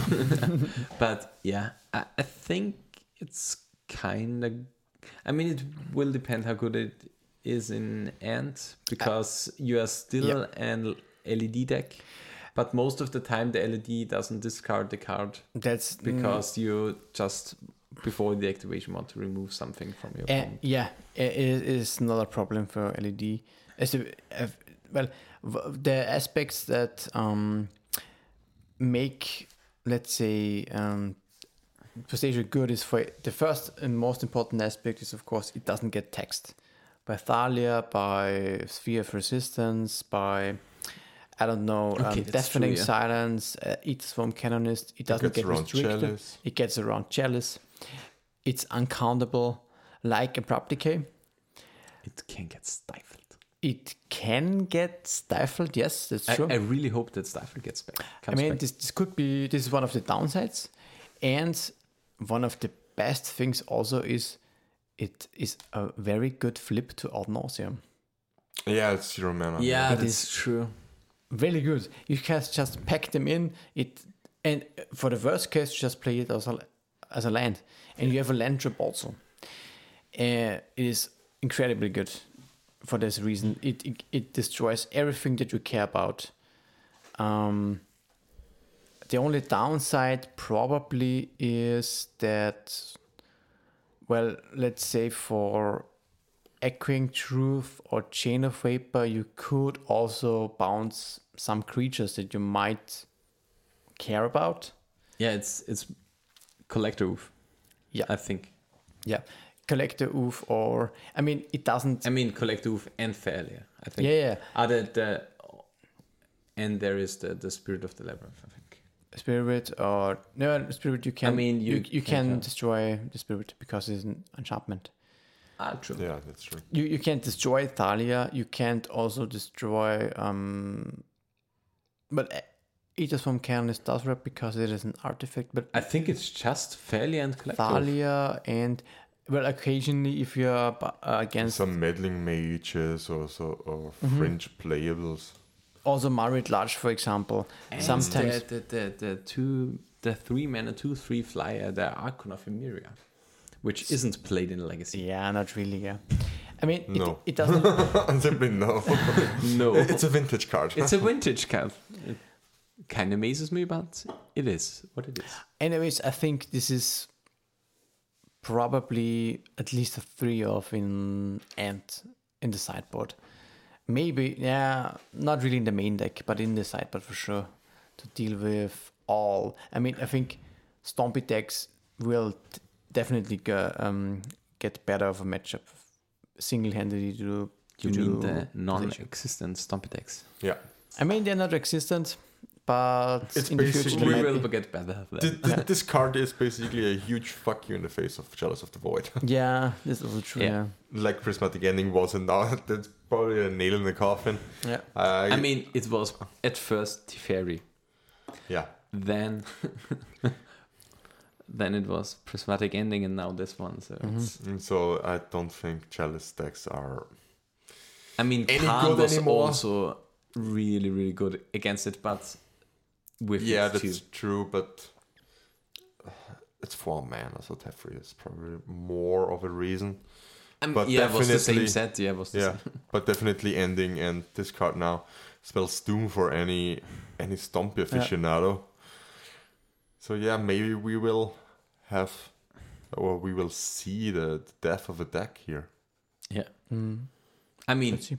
But yeah, I, I think it's kind of. I mean, it will depend how good it is in end because you are still Yeah. an LED deck, but most of the time the LED doesn't discard the card That's Mm. because you just before the activation want to remove something from your. Eh. Uh, opponent. yeah, i- it is not a problem for LED. As a- if- well, w- the aspects that um, make, let's say, um, PlayStation good is for the first and most important aspect is, of course, it doesn't get taxed by Thalia, by Sphere of Resistance, by I don't know, Okay, um, that's Deafening true, yeah. Silence, uh, Aether's Form Canonist. It doesn't Gets get around restricted. chalice. It gets around chalice. It's uncountable, like abrupt decay. it can get stifled. It can get stifled. Yes, that's I, true. I really hope that stifle gets back. I comes mean, back. this, this could be this is one of the downsides, and one of the best things also is it is a very good flip to Ad nauseam. Yeah, it's zero mana. yeah, It that's true. Really good. You can just pack them in. It and for the worst case, just play it as a as a land, and you have a land trip also. Uh, it is incredibly good for this reason. It it, it destroys everything that you care about. Um, the only downside probably is that, well, let's say for Echoing Truth or Chain of Vapor, you could also bounce some creatures that you might care about. Yeah, it's it's collector roof. Yeah. I think. Yeah. Collector Oof, or I mean, it doesn't. I mean, collector roof and failure. I think. Yeah, yeah. other the and there is the the spirit of the labyrinth i think Spirit or. No, Spirit, you can. mean, you you, can can, tell. destroy the Spirit because it's an enchantment. ah true Yeah, that's true. You, you can't destroy Thalia. You can't also destroy. um But Eaters from Canon is Dazrap because it is an artifact, but I think it's just Thalia and Collective. Thalia and well, occasionally if you're bu- uh, against Some meddling mages or so or fringe playables. also Mario at large, for example, And sometimes the, the, the, the two the three mana two three flyer the Archon of Emeria, which isn't played in Legacy. yeah, not really, yeah. I mean, No. it, it doesn't. Simply no. No, it's a vintage card. it's a vintage card. It kind of amazes me, but it is what it is. Anyways, I think this is probably at least a three of in and in the sideboard. Maybe yeah, not really in the main deck, but in the sideboard for sure to deal with all. I mean, I think Stompy decks will t- definitely go, um, get better of a matchup single-handedly to You to mean do the position. non-existent Stompedex? yeah. I mean, they're not existent, but It's in the future basically- they We might will be. get better. Then. Th- th- this card is basically a huge fuck you in the face of Jealous of the Void. Yeah, this is also true. Yeah. Yeah. like Prismatic Ending was, and now that's probably a nail in the coffin. yeah. I, I mean, it was at first Teferi, yeah. then then it was Prismatic Ending, and now this one. So Mm-hmm. it's, And Mm. so I don't think Jealous decks are. I mean, Any Khan good was anymore? also really, really good against it, but with yeah, it that's too. true, but uh, it's four mana, so Teferi is probably more of a reason. I mean, but yeah, it was the definitely- same set. Yeah, it was the Yeah, same. but definitely ending and this card now spells doom for any any stompy aficionado. So yeah, maybe we will have or we will see the, the death of a deck here. Mm. I mean, Let's see.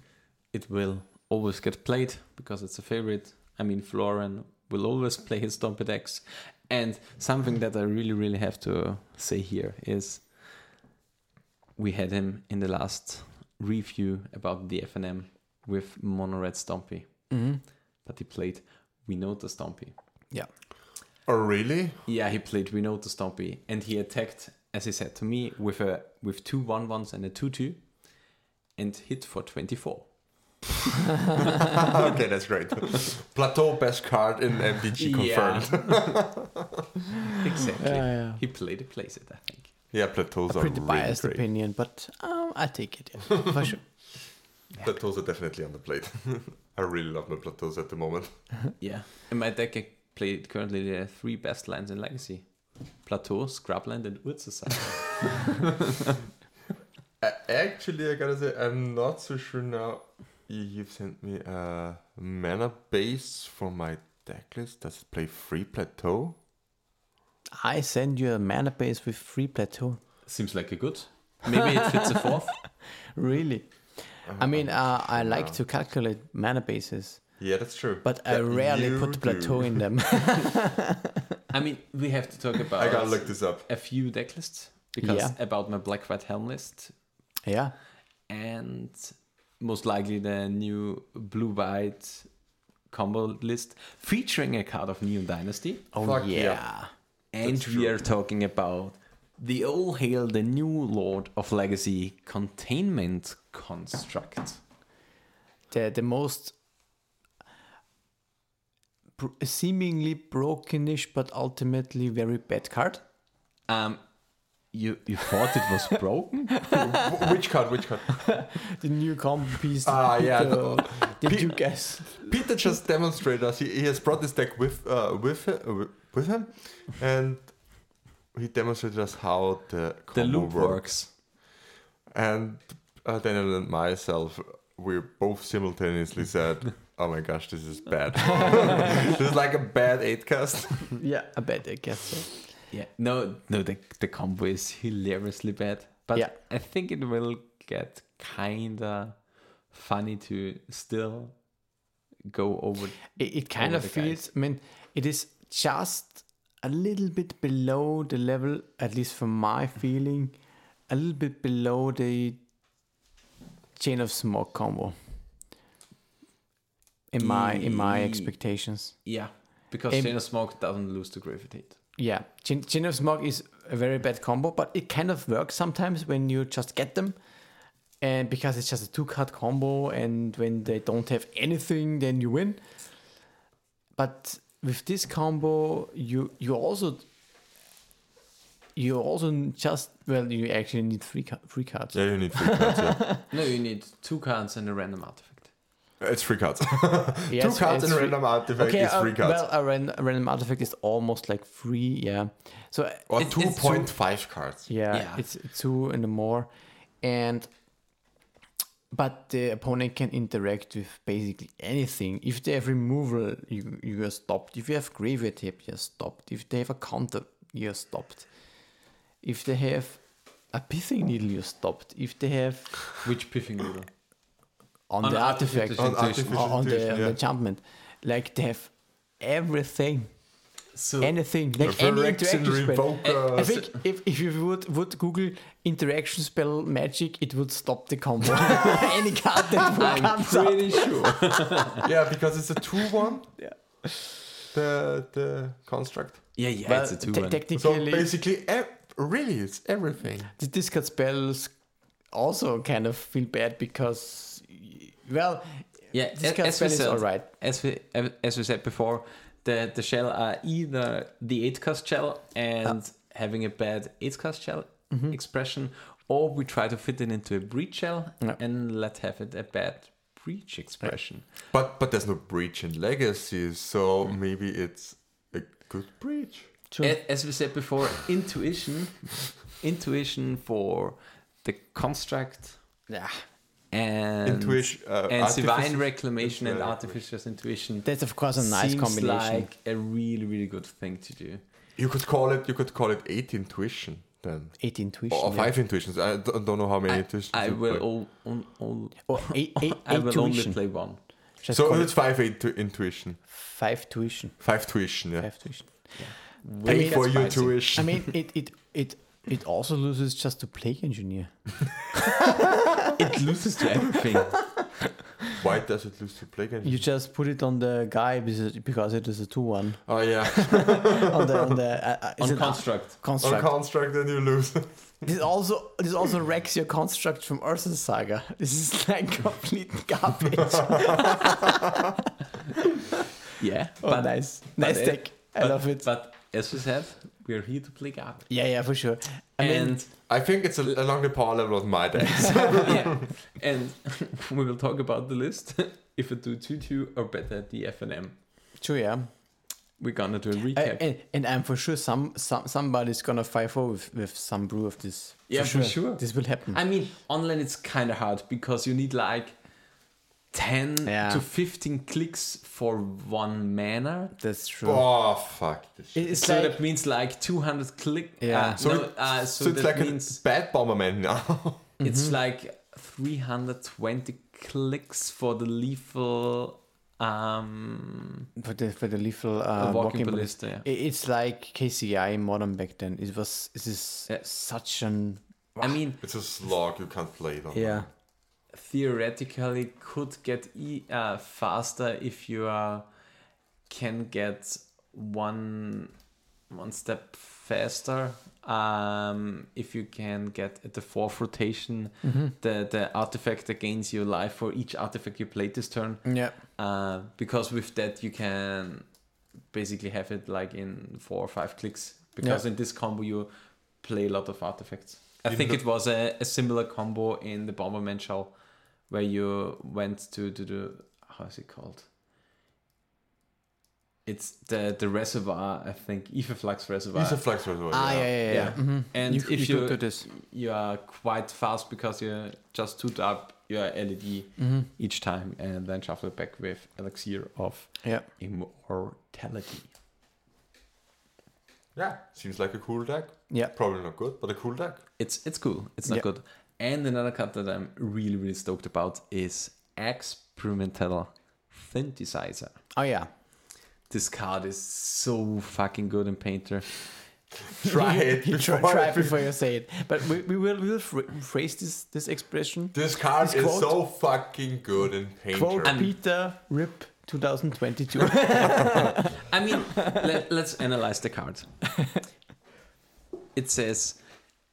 it will always get played because it's a favorite. I mean, Florin will always play his Dompedex. And something that I really, really have to say here is we had him in the last review about the FNM with Mono Red Stompy, Mhm. but he played We Know the Stompy. Oh really? Yeah, he played We Know the Stompy, and he attacked, as he said to me, with a with two one ones and a two two, and hit for twenty four. okay, that's great. Plateau best card in MDG confirmed. Yeah, exactly. Yeah, yeah. He played a place it, I think. plateaus A are pretty really biased great. opinion, but um, I take it yeah, for sure. Plateaus are definitely on the plate. I really love my plateaus at the moment. Yeah. In my deck, I played currently the three best lands in Legacy Plateau, Scrubland, and Urzasai. Uh, actually, I gotta say, I'm not so sure now. You- You've sent me a mana base for my decklist. Does it play free plateau? I send you a mana base with free plateau. Seems like a good. Maybe it fits a fourth. Really? I mean, uh, I like no. to calculate mana bases, Yeah, that's true. but I Yeah, rarely you put plateau do. in them. I mean, we have to talk about I gotta look this up. a few deck lists because Yeah. about my Black White Helm list yeah. and most likely the new Blue White combo list featuring a card of Neon Dynasty. Oh Fuck yeah. yeah. And That's we true. are talking about the all hail the new Lord of Legacy containment construct. The the most br- seemingly brokenish but ultimately very bad card. Um, you you thought it was broken? Wh- Which card? Which card? The new comp piece. Ah, yeah, Peter- no. Did Pe- you guess? Peter just demonstrated us. He, he has brought this deck with uh, with hi- with him, and he demonstrated us how the the combo loop works. And uh, Daniel and myself, we both simultaneously said, "Oh my gosh, this is bad. this is like a bad eight cast." yeah, I bet I guess so. Yeah. No, no, the the combo is hilariously bad. But Yeah. I think it will get kinda funny to still go over It, it kind Over of the feels, I mean, it is just a little bit below the level, at least from my feeling, a little bit below the Chain of Smoke combo. In my in my Ye- expectations, Yeah. Because Em- Chain of Smoke doesn't lose to gravitate. yeah, Chain, Chain of Smoke is a very bad combo, but it kind of works sometimes when you just get them, and because it's just a two card combo, and when they don't have anything, then you win. But with this combo, you you also you also just well you actually need three ca- three cards. Yeah, you need three cards. Yeah. No, you need two cards and a random artifact. It's three cards. Yes, Two cards it's and a three- random artifact Okay, is uh, three cards. well, a ran- a random artifact is almost like three. Yeah, so uh, or it- it's two two- point five cards. Yeah, Yeah. it's two and more, and but the opponent can interact with basically anything. If they have removal, you you are stopped. If you have graveyard tape, you're stopped. If they have a counter, you're stopped. If they have a pithing needle, you're stopped. If they have Which piffing needle? on, On the the artifact, artificial on, intuition. on the, Artificial on the intuition, enchantment, like they have everything, So anything, like any Resurrection, interaction spell. Revoker. I think if, if you would, would Google interaction spell magic, it would stop the combo. Any card that would I'm comes up. pretty sure. yeah, because it's a two one. Yeah. The the construct. Yeah, yeah, Well, it's a two te- one. So technically, basically, ev- really, it's everything. the discard spells also kind of feel bad because, well, yeah, a- discard as we spell is said, alright. as we as we said before, the the shell are either the eight cast shell and having a bad eight cast shell expression, or we try to fit it into a breach shell Yeah. and let have it a bad breach expression. But but there's no breach in legacy, so maybe it's a good breach. A- As we said before, intuition, intuition for the construct Yeah, and Intuition uh, and divine artifice- reclamation and Divine artificial intuition. that's of course a nice seems combination. like a really really good thing to do. You could call it. You could call it eight intuition then, 18 intuition. or yeah. five intuitions. I don't, don't know how many intuitions. I you will play. all, on all, Or eight, eight, I eight will only tuition. play one. Just So call it's it five intu- intuition, five tuition. five tuition. Yeah, Five tuition. pay mean, for that's your pricey. tuition. I mean, it, it, it, it also loses just to play engineer. It loses to everything. Why does it lose to play game? You just put it on the guy because because it is a two one oh yeah, on the on the uh, uh, is on it a- construct. on construct. construct and you lose. This also this also wrecks your construct from Ursus Saga. This is like complete garbage. Yeah, oh, but nice, nice it- deck. I but- love it. But as we said, we are here to play garbage. yeah, yeah, for sure. I mean, and I think it's a, along the power level of my deck. yeah, and we will talk about the list. If we do two two or better the FNM, true, yeah. we're gonna do a I, recap. and, and I'm for sure some, some somebody's gonna 5-0 with, with some brew of this. Yeah, for sure. This will happen. I mean, online it's kind of hard because you need like ten Yeah. to fifteen clicks for one mana. That's true. oh fuck! This shit. It- It's so like that means like 200 click. Yeah. Uh, So no, it- uh, so, so it's that like means a Mm-hmm. bad bomberman now. it's like 320 clicks for the lethal um, for the for the lethal uh, uh, walking walking ballista. ballista. Yeah. I- It's like KCI modern back then. It was it is Yeah. such an I mean, it's a slog. You can't play it. On theoretically, could get e- uh, faster if you uh, can get one one step faster. Um, if you can get at the fourth rotation the, the artifact that gains your life for each artifact you played this turn, yeah uh, because with that you can basically have it like in four or five clicks. Because in this combo you play a lot of artifacts. I In think the- it was a, a similar combo in the Bomberman shell, where you went to to the how is it called? It's the the reservoir, I think, Etherflux reservoir. He's a flex reservoir. ah yeah yeah, yeah. Yeah. Mhm. And you, if you you- do this You are quite fast because you just toot up your LED Mhm. E each time and then shuffle it back with elixir of yeah immortality. Yeah, seems like a cool deck. yeah Probably not good, but a cool deck. It's it's cool. It's not Yeah. good. And another card that I'm really really stoked about is experimental synthesizer. oh yeah This card is so fucking good in Painter. Try it. you try, before try it- it before you say it but we, we will we will phra- phrase this this expression This card This is quote- so fucking good in painter. quote And- Peter Rip 2022 I mean, let, us analyze the card. It says,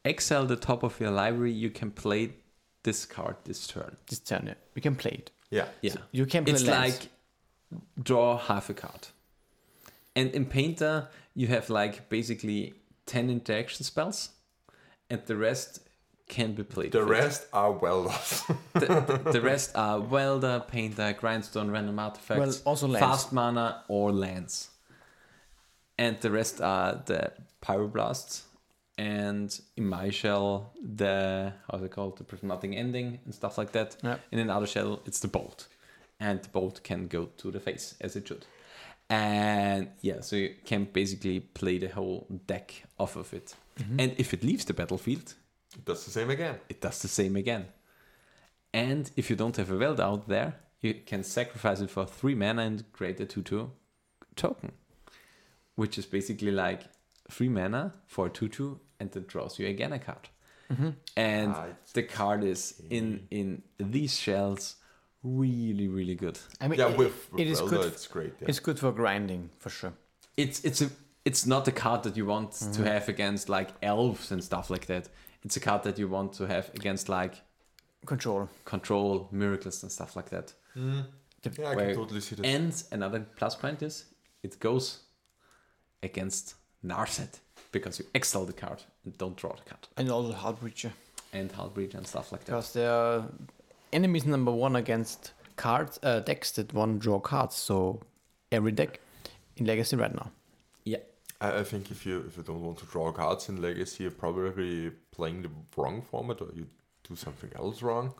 exile the top of your library. You can play this card this turn. this turn yeah. we can play it Yeah. Yeah, you can play it's lands. like draw half a card. And in Painter, you have like basically 10 interaction spells, and the rest can be played. The with. rest are well lost. the, the rest are Welder, Painter, Grindstone, Random Well, Artifacts, also lands. Fast Mana, or Lands. And the rest are the Pyroblasts and in my shell, the, how's it called, the Prismatic Ending and stuff like that. Yeah. In another shell, it's the Bolt. And the Bolt can go to the face, as it should. And yeah, so you can basically play the whole deck off of it. Mm-hmm. And if it leaves the battlefield, That's the same again. it does the same again. And if you don't have a weld out there, you can sacrifice it for three mana and create a 2 2 token, which is basically like three mana for a 2 2, and it draws you again a card. And Ah, it's- the card is in, in these shells really, really good. I mean, yeah, it- with, with it is Welder, good. it's great. Yeah. It's good for grinding for sure. It's, it's, a, it's not a card that you want to have against like elves and stuff like that. It's a card that you want to have against like Control. control, miracles, and stuff like that. yeah, I where- can totally see that. And another plus point is it goes against Narset because you exile the card and don't draw the card And also Heartbreacher. and Halbreach and stuff like that. Because they are enemies number one against cards uh, decks that want to draw cards. So every deck in Legacy right now. Yeah, I, I think if you if you don't want to draw cards in Legacy, you're probably playing the wrong format, or you do something else wrong.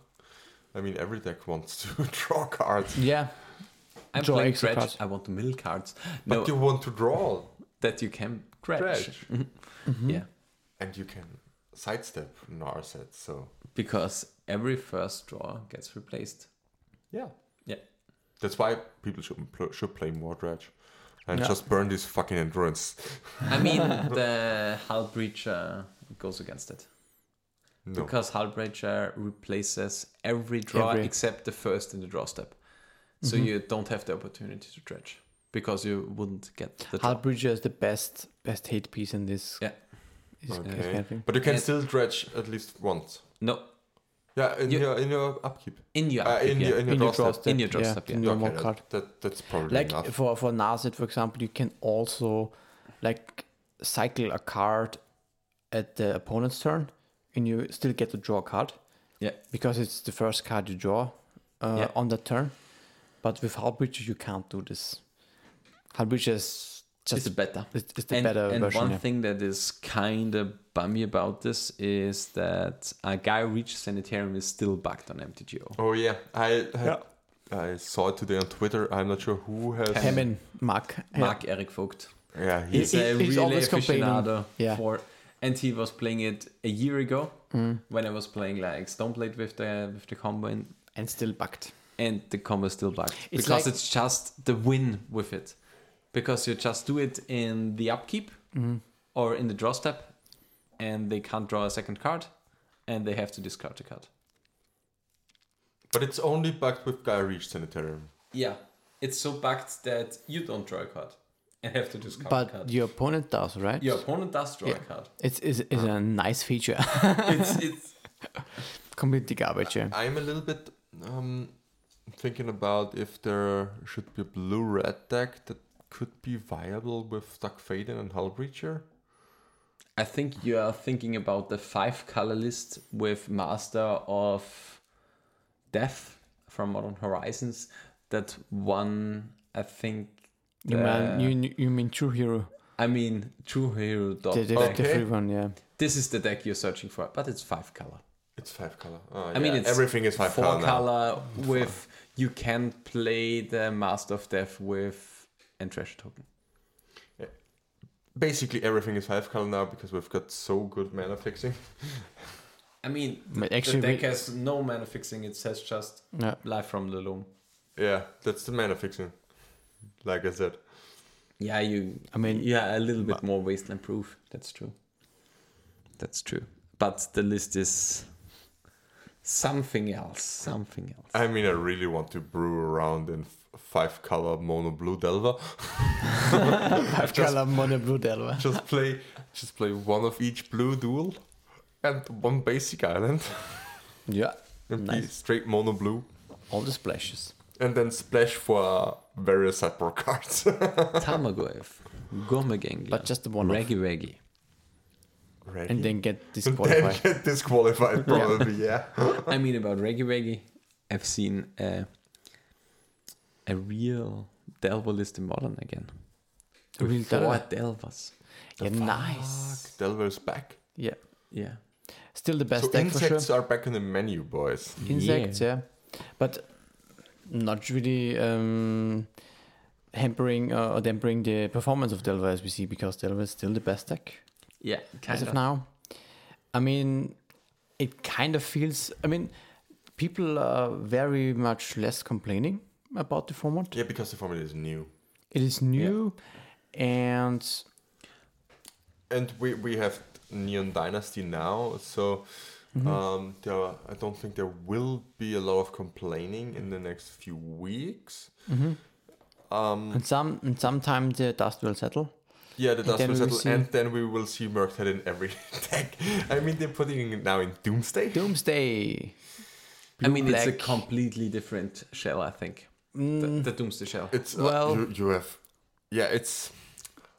I mean, every deck wants to draw cards, Yeah. I'm Draw playing extra Dredge. cards. I want to mill cards. but no, you want to draw that you can Dredge. Mm-hmm. Dredge, Mm-hmm. Mm-hmm. Yeah, and you can sidestep Narset. So because every first draw gets replaced. yeah, Yeah. that's why people should pl- should play more Dredge, and Yeah. just burn this fucking endurance. I mean, the Halbreacher goes against it. No, Because Halbreacher replaces every draw Every. Mm-hmm. except the first in the draw step. So you don't have the opportunity to dredge because you wouldn't get the draw. Heartbreacher is the best best hate piece in this. Yeah. Is, is Okay. helping. but you can and- still dredge at least once. no, Yeah, in You- your in your upkeep. in your Uh, upkeep, in, yeah. your, in your In your draw draw step. In your draw yeah, step, in yeah. your Okay, more that- card. That, that's probably Like enough. for for Narset, for example, you can also like cycle a card at the opponent's turn, and you still get to draw a card. Yeah. because it's the first card you draw uh, Yeah. on that turn. But with Halbridge, you can't do this. Halbridge is it's just better. it's, it's the and, better and version. one yeah. thing that is kind of bummy about this is that a guy reach sanitarium is still bugged on MTGO. oh yeah, I I, I saw it today on Twitter. I'm not sure who has. Him and Mark. Mark Eric Vogt. Yeah, he, He's He- he's a really always complaining. aficionado Yeah. for, and he was playing it a year ago Mm. when I was playing like Stoneblade with the with the combo, and, and still bugged. and the combo is still blocked It's because like- it's just the win with it, because you just do it in the upkeep Mm-hmm. or in the draw step, and they can't draw a second card, and they have to discard a card. but it's only backed with Guy Reach Sanitarium. Yeah, it's so bugged that you don't draw a card and have to discard a But card. your opponent does, right? Your opponent does draw Yeah. a card. It's, it's, it's a nice feature. It's it's Completely garbage, yeah. I'm a little bit um, thinking about if there should be a blue red deck that could be viable with Duck Faden and Hull Breacher. I think you are thinking about the five color list with Master of Death from Modern Horizons. That one, I think. You, uh, mean, you, you mean True Hero? I mean, True Hero. Dot The, the, deck. the Okay. er free one, yeah. This is the deck you're searching for, but it's five color. It's five color. Oh, I mean, yeah, it's everything is five four color. color, now. with you can play the Master of Death with and Treasure Token. Basically, everything is five color now because we've got so good mana fixing. I mean, But the actually, deck we, has no mana fixing. It says just yeah. Life from the Loom. Yeah, that's the mana fixing. Like I said. Yeah, you. I mean, yeah, a little bit more wasteland proof. That's true. That's true. But the list is something else. Something else. I mean, I really want to brew around in f- five color mono blue Delver. I've got a mono blue delver. Just play, just play one of each blue dual, and one basic island, Yeah, and be Nice. straight mono blue. all the splashes. and then splash for uh, various sideboard cards. Tamagoev, Gomagengla, But just the one off. Reggie Reggie. Ready? and then get And then disqualified. get disqualified, probably, yeah. I mean, about Reggie Reggie, I've seen a, a real Delver list in Modern again. A real With four Delver? Delvers. Yeah, nice. Delver's back. Yeah, Yeah. still the best so deck for sure. insects are back in the menu, boys. Insects, yeah. but not really um, hampering uh, or dampering the performance of Delver as we see because Delver is still the best deck Yeah, as kind of of. now. I mean, it kind of feels. I mean, people are very much less complaining about the format. Yeah, because the format is new. It is new, and And we, we have Neon Dynasty now, so Mm-hmm. um, there are, I don't think there will be a lot of complaining in the next few weeks. Um, and some and sometime the dust will settle. yeah, the dust then will we settle, see- and then we will see Murkhead in every deck. I mean, they're putting it now in Doomsday. Doomsday. I mean, it's a Black. completely different shell, I think. Mm, The, the Doomsday shell. It's Well- well, you, you have, yeah, it's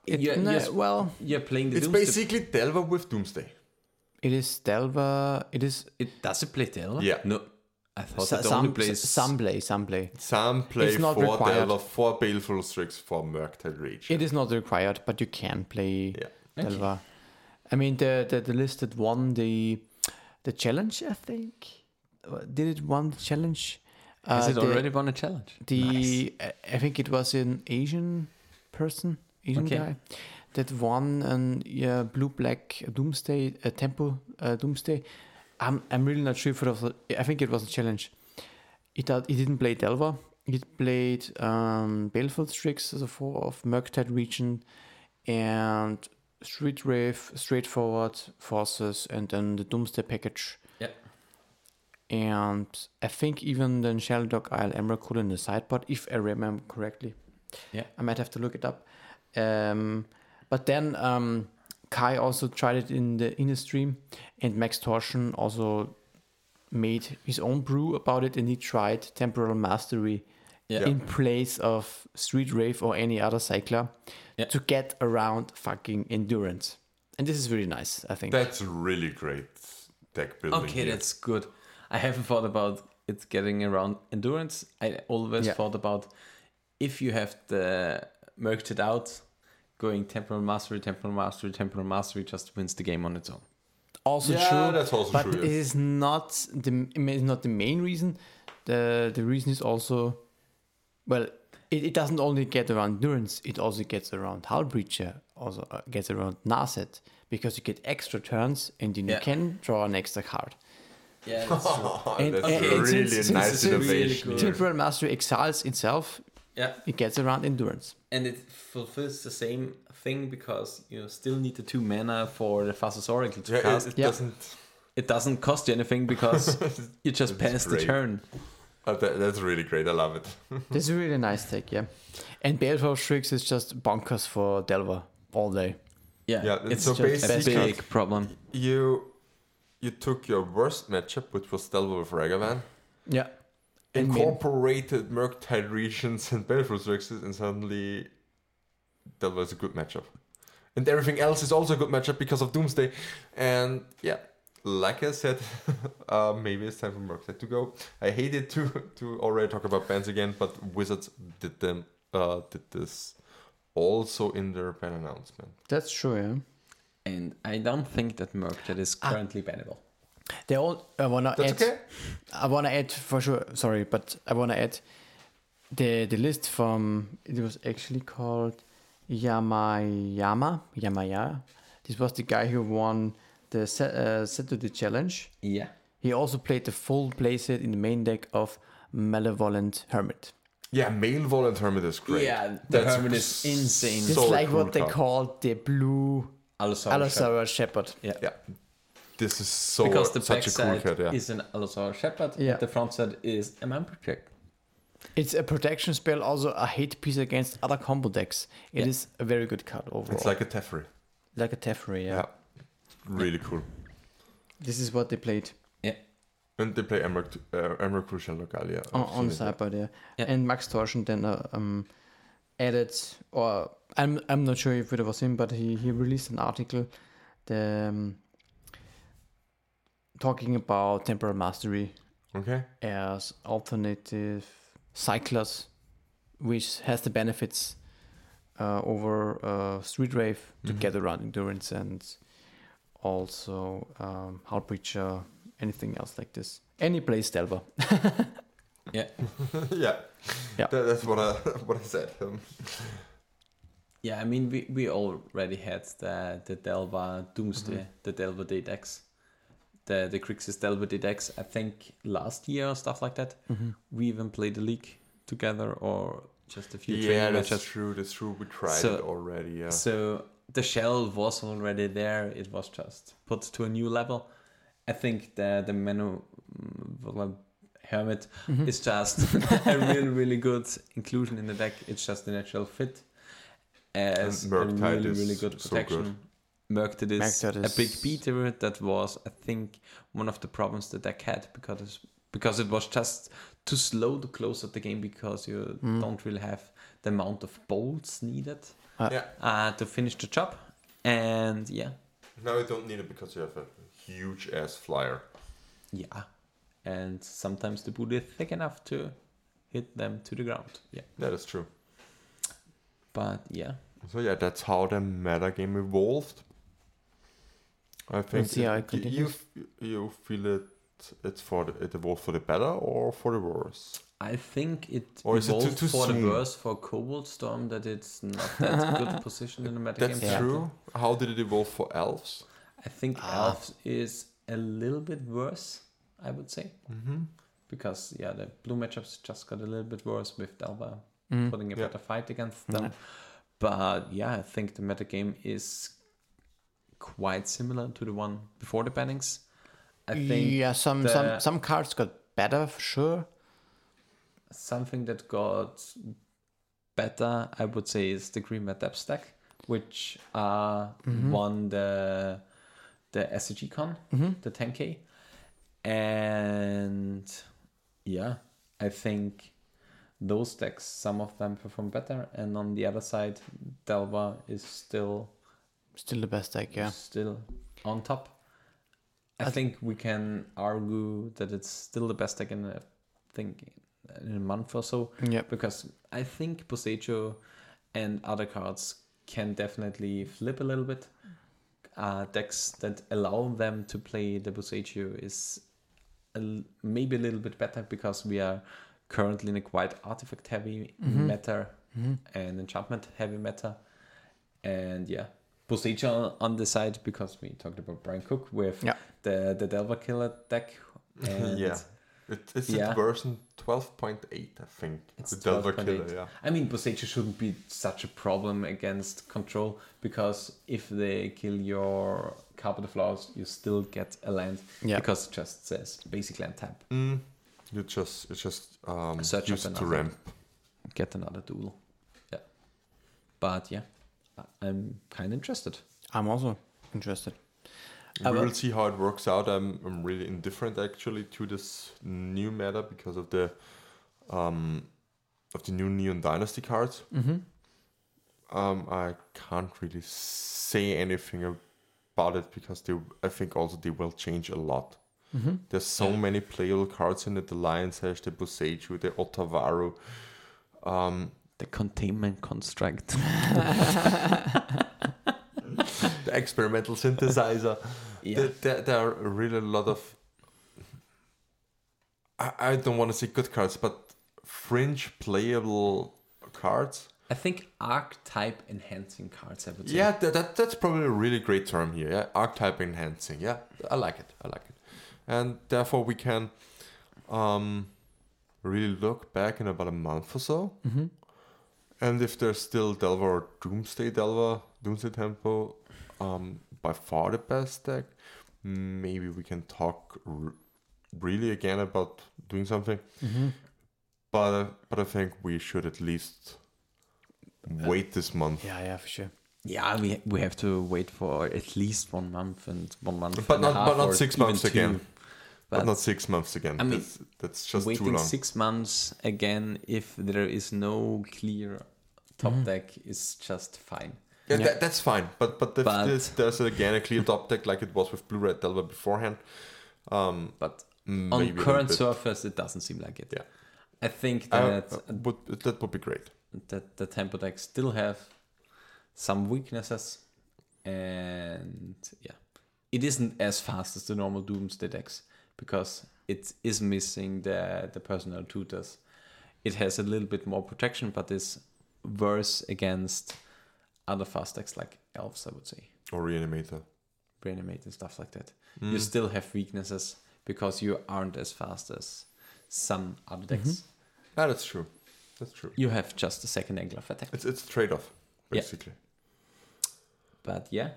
It, Yeah, no, yes. Well, You're playing the it's Doomsday. basically Delver with Doomsday. it is Delver. It is It does it play Delver? Yeah. No, I thought so- it only some plays some play some play. Some play It's not four required. Delver, four Baleful Strix, four Murktail Reach. It is not required, but you can play Yeah. Delver. I mean, the, the the list that won the the challenge, I think, Uh, did it won the challenge? Has Uh, it the- already won a challenge? The I I think it was an Asian person, Asian Okay. guy, that won an yeah, blue black Doomsday uh, tempo uh, Doomsday. I'm I'm really not sure if it was. a- I think it was a challenge. It had- it didn't play Delver. It played um, Baleful Strix, the four of Murktide region, and Street Wraith, straightforward forces, and then the Doomsday package. Yeah. And I think even then Shadow Dog Isle Emrakul in the sideboard, if I remember correctly. Yeah. I might have to look it up. Um, but then um, Kai also tried it in the inner stream, and Max Torsion also made his own brew about it, and he tried Temporal Mastery Yeah. in place of Street Wraith or any other cycler Yeah. to get around fucking endurance. And this is really nice, I think. That's really great deck building. Okay, here. that's good. I haven't thought about it getting around endurance. I always Yeah. thought about if you have the merged it out, going temporal mastery, temporal mastery, temporal mastery just wins the game on its own. also yeah, true. that's also but true. it yes. is not the I mean, it's not the main reason. The the reason is also, well, it, it doesn't only get around endurance. It also gets around hull breacher. Also uh, gets around Narset because you get extra turns and then Yeah. you can draw an extra card. Yeah, And- that's and- a and really since- since nice it's really innovation. good. here. Temporal mastery exiles itself. yeah. It gets around endurance. And it fulfills the same thing because you still need the two mana for the Phasos Oracle to Yeah, it, cast. it Yeah. doesn't. It doesn't cost you anything because you just That's pass the great. turn. uh, that- that's really great. I love it. This is a really nice take, yeah. And Baleful Strix is just bonkers for Delver all day. Yeah, Yeah, it's so just a basically- big problem. You you took your worst matchup, which was Delver with Ragavan, Yeah. And main- incorporated Murktide regions and Baleful Strixes, and suddenly Delver is a good matchup. And everything else is also a good matchup because of Doomsday. And yeah, like I said, uh, maybe it's time for Murktide to go. I hated to to already talk about bans again, but Wizards did them uh, did this also in their ban announcement. That's true, yeah. And I don't think that Murktide is Ah. currently bannable. They all I wanna That's add okay. I wanna add for sure sorry, but I wanna add the the list from it was actually called Yamayama Yamaya. This was the guy who won the Sa- uh, Saturday challenge. Yeah. He also played the full playset in the main deck of Malevolent Hermit. Yeah, male Volant Hermit is great. Yeah, the That's Hermit is insane. It's so like cool what they card. call the blue Allosaurus. Allosaurus Shepherd. Yeah. This is so Because the such a cool backside card, yeah. is an Allosaurus Shepherd, Yeah. and the front side is a Man Project. It's a protection spell, also a hate piece against other combo decks. It is Yeah. a very good card overall. It's like a Teferi. like a Teferi, yeah. Yeah. Really cool. This is what they played. Yeah. And they play Emerald, uh, Emerald Crucial Localia. on, on the sideboard, yeah. And Max Torschen then uh, um, added, or I'm I'm not sure if it was him, but he, he released an article, the, um, talking about temporal mastery Okay. as alternative cyclers, which has the benefits uh, over uh, street rave to Mhm. get around endurance and also um, Hull Breacher, anything else like this. Any play Stelva. yeah. Yeah. That, that's what I what I said. Um, Yeah, I mean, we, we already had the, the Delva Doomsday, the Delva DDX, the, the Crixis Delva DDX, I think last year or stuff like that. We even played the league together or just a few yeah, training that's matches. true. That's true. We tried So- it already. Yeah. So the shell was already there. It was just put to a new level. I think the the menu well, uh, hermit Mm. Mm-hmm. is just a really really good inclusion in the deck. It's just a natural fit. As And a Murktide really is really good so good. protection. Murktide is, Murktide a big is- beater. That was I think one of the problems the deck had because because it was just too slow to close out the game because you Mm. don't really have the amount of bolts needed yeah. uh, to finish the job. And yeah, Now you don't need it because you have a huge ass flyer. yeah. And sometimes the boot is thick enough to hit them to the ground. Yeah. That is true. But yeah. So yeah, that's how the meta game evolved. I think see how it y- you continues. f- you feel it. It's for the, it evolved for the better or for the worse. I think it Or is it too- evolved too for soon? the worse for Cobalt Storm that it's not that good position in the metagame. That's Yeah. true. How did it evolve for elves? I think Ah. Elves is a little bit worse, I would say. Mm-hmm. Because yeah, the blue matchups just got a little bit worse with Delva putting a Mm-hmm. Yeah. better fight against Mm-hmm. Yeah. them. But yeah, I think the metagame is quite similar to the one before the bannings. I think yeah, some, the- some some cards got better for sure. something that got better, I would say, is the Green Red Depth stack, which uh, won the the SCG Con, the 10K. And yeah, I think those decks, some of them perform better. And on the other side, Delva is still Still the best deck, yeah. still on top. I, think we can argue that it's still the best deck in I think in a month or so Yep. because I think Poseidon and other cards can definitely flip a little bit. Uh, decks that allow them to play the Poseidon is a l- maybe a little bit better because we are currently in a quite artifact heavy meta and enchantment heavy meta. And yeah, Poseidon on the side because we talked about Brian Cook with Yeah. the, the Delver Killer deck. And yeah. It, it's Uh, Yeah. at version 12.8, I think. It's the Delver 12.8. Killer, yeah. I mean, Bosecha shouldn't be such a problem against control because if they kill your Carpet of Flowers, you still get a land Yeah. because it just says basic land tap. Mm. You just, it's just um, Search up used to another. ramp. Get another duel. Yeah. But yeah, I- I'm kind of interested. I'm also interested. We But- will see how it works out. I'm, I'm really indifferent actually to this new meta because of the um, of the new Neon Dynasty cards. Mm-hmm. Um, I can't really say anything about it because they, I think also they will change a lot. Mm-hmm. There's so Yeah. many playable cards in it: the Lion's Hash, the Buseju, the Otavaru. Um, The containment construct. the experimental synthesizer. Yeah. There, there, there are really a lot of. I, I don't want to say good cards, but fringe playable cards. I think archetype enhancing cards, I would say. Yeah, that, that that's probably a really great term here. Yeah, archetype enhancing. Yeah, I like it. I like it, and therefore we can, um, really look back in about a month or so, Mhm. and if there's still Delver or Doomsday Delver, Doomsday Tempo, um, by far the best deck, maybe we can talk r- really again about doing something. Mm-hmm. But uh, but I think we should at least wait this month. Yeah, yeah, for sure. Yeah, we we have to wait for at least one month and one month. But and a not- half but not or six even months two. again. But, But not six months again. I mean, that's, that's just too waiting long. six months again if there is no clear top Mhm. deck is just fine. Yeah, Yeah. That, that's fine. But but, if But- this- there's again a clear top deck like it was with Blue Red Delver beforehand. Um, But maybe a on little current bit. surface, it doesn't seem like it. Yeah. Uh, I think I that would, that would be great. that the tempo decks still have some weaknesses, and yeah, it isn't as fast as the normal Doomsday decks because it is missing the the personal tutors. It has a little bit more protection, but is worse against other fast decks like elves. I would say Or Reanimator. reanimate and stuff like that. You Mm. still have weaknesses because you aren't as fast as some other decks. Ah, that's true. That's true. You have just a second angle of attack. It's it's a trade off Yeah. basically. But yeah,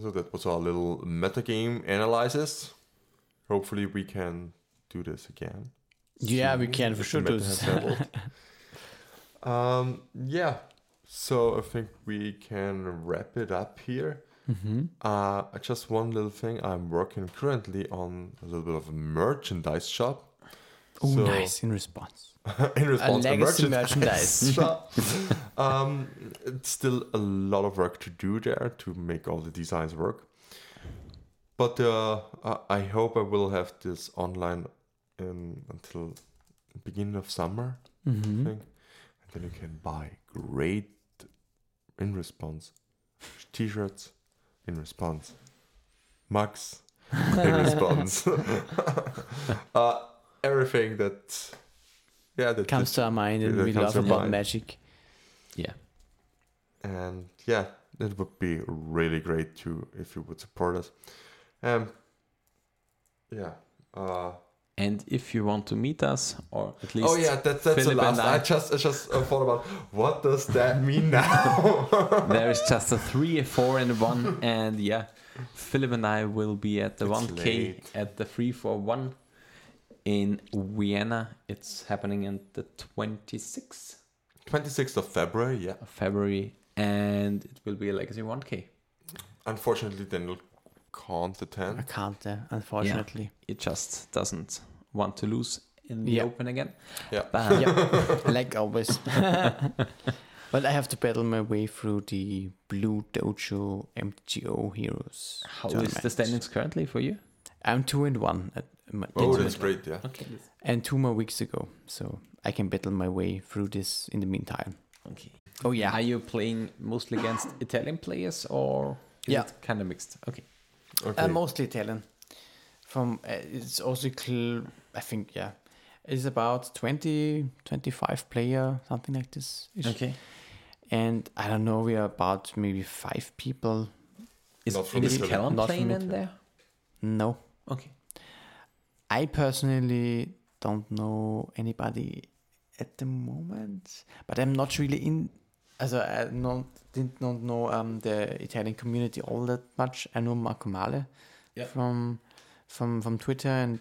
So that was our little metagame analysis. Hopefully we can do this again. Yeah, we soon, can for if the sure do meta has this. settled. um, yeah. So I think we can wrap it up here. Mm-hmm. Uh, just one little thing. I'm working currently on a little bit of a merchandise shop. Oh, So- nice in response. in A response to legacy merchandise. merchandise. shop. um, it's still a lot of work to do there to make all the designs work. But uh, I- I hope I will have this online um, until beginning of summer, I mm-hmm. think. And then you can buy great in response t-shirts in response mugs in response uh, everything that yeah that Comes to our mind and That we comes love to about mind. magic. yeah. and yeah it would be really great too if you would support us um yeah uh, And if you want to meet us, or at least oh yeah that, that's the Philip and last I, I- just I just uh, thought about what does that mean now there is just a three, a four, and a one, and yeah, Philip and I will be at the It's one K late. at the three four one in Vienna. It's happening on the twenty sixth 26th of February yeah of February, and it will be a legacy one K. unfortunately Daniel can't I attend can't, uh, unfortunately. It just doesn't want to lose in the Yeah. open again. Yeah. But like always. but I have to battle my way through the Blue Dojo MGO heroes. how is tournament. the standings currently for you? I'm two and one. At my, oh next that's week. great yeah Okay. And two more weeks ago, so I can battle my way through this in the meantime. Okay. Oh yeah, Are you playing mostly against Italian players or is Yeah. it kind of mixed? Okay. okay Uh, mostly Italian. From uh, it's also cl- I think yeah, it's about 20, 25 player something like this. Okay. And I don't know, we are about maybe five people. Is, Not from is Italy. Callum Not from playing in Italy. there? No, Okay. I personally don't know anybody at the moment, but I'm not really in. Also, I not, did not know um, the Italian community all that much. I know Marco Male Yeah. from from from Twitter, and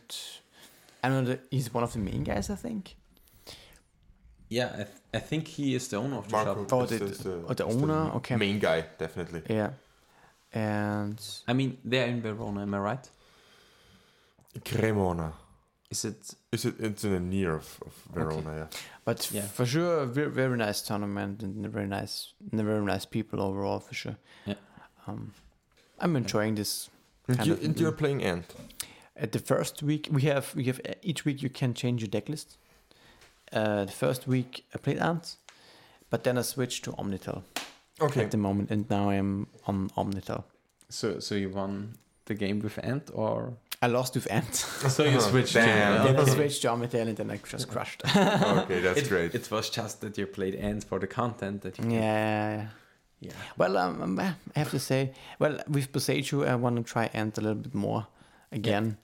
I know that he's one of the main guys. I think. Yeah, I, th- I think he is the owner of the Marco shop. Oh, is the- is uh, oh, the is owner? Okay. main guy definitely Yeah, and I mean, they're in Verona, am I right? Cremona Is it? Is it? It's in the near of, of Verona. but Yeah. for sure, a very, very nice tournament and very nice, very nice people overall for sure. Yeah. Um, I'm enjoying this Yeah. Kind And, you, of- and you're playing Ant. At the first week, we have we have uh, each week you can change your deck list. Uh, the first week I played Ant, but then I switched to Omnitel Okay. at the moment, and now I'm on Omnitel. So so you won the game with Ant or? I lost with Ant, So you switched to Uh-huh. Damn. then I Okay. switched to Omnitel, and then I just crushed. okay, that's it, great. It was just that you played Ant for the content that you yeah, yeah, yeah. Yeah. Well, um, um, I have to say, well, with Boseiju, I want to try Ant a little bit more again.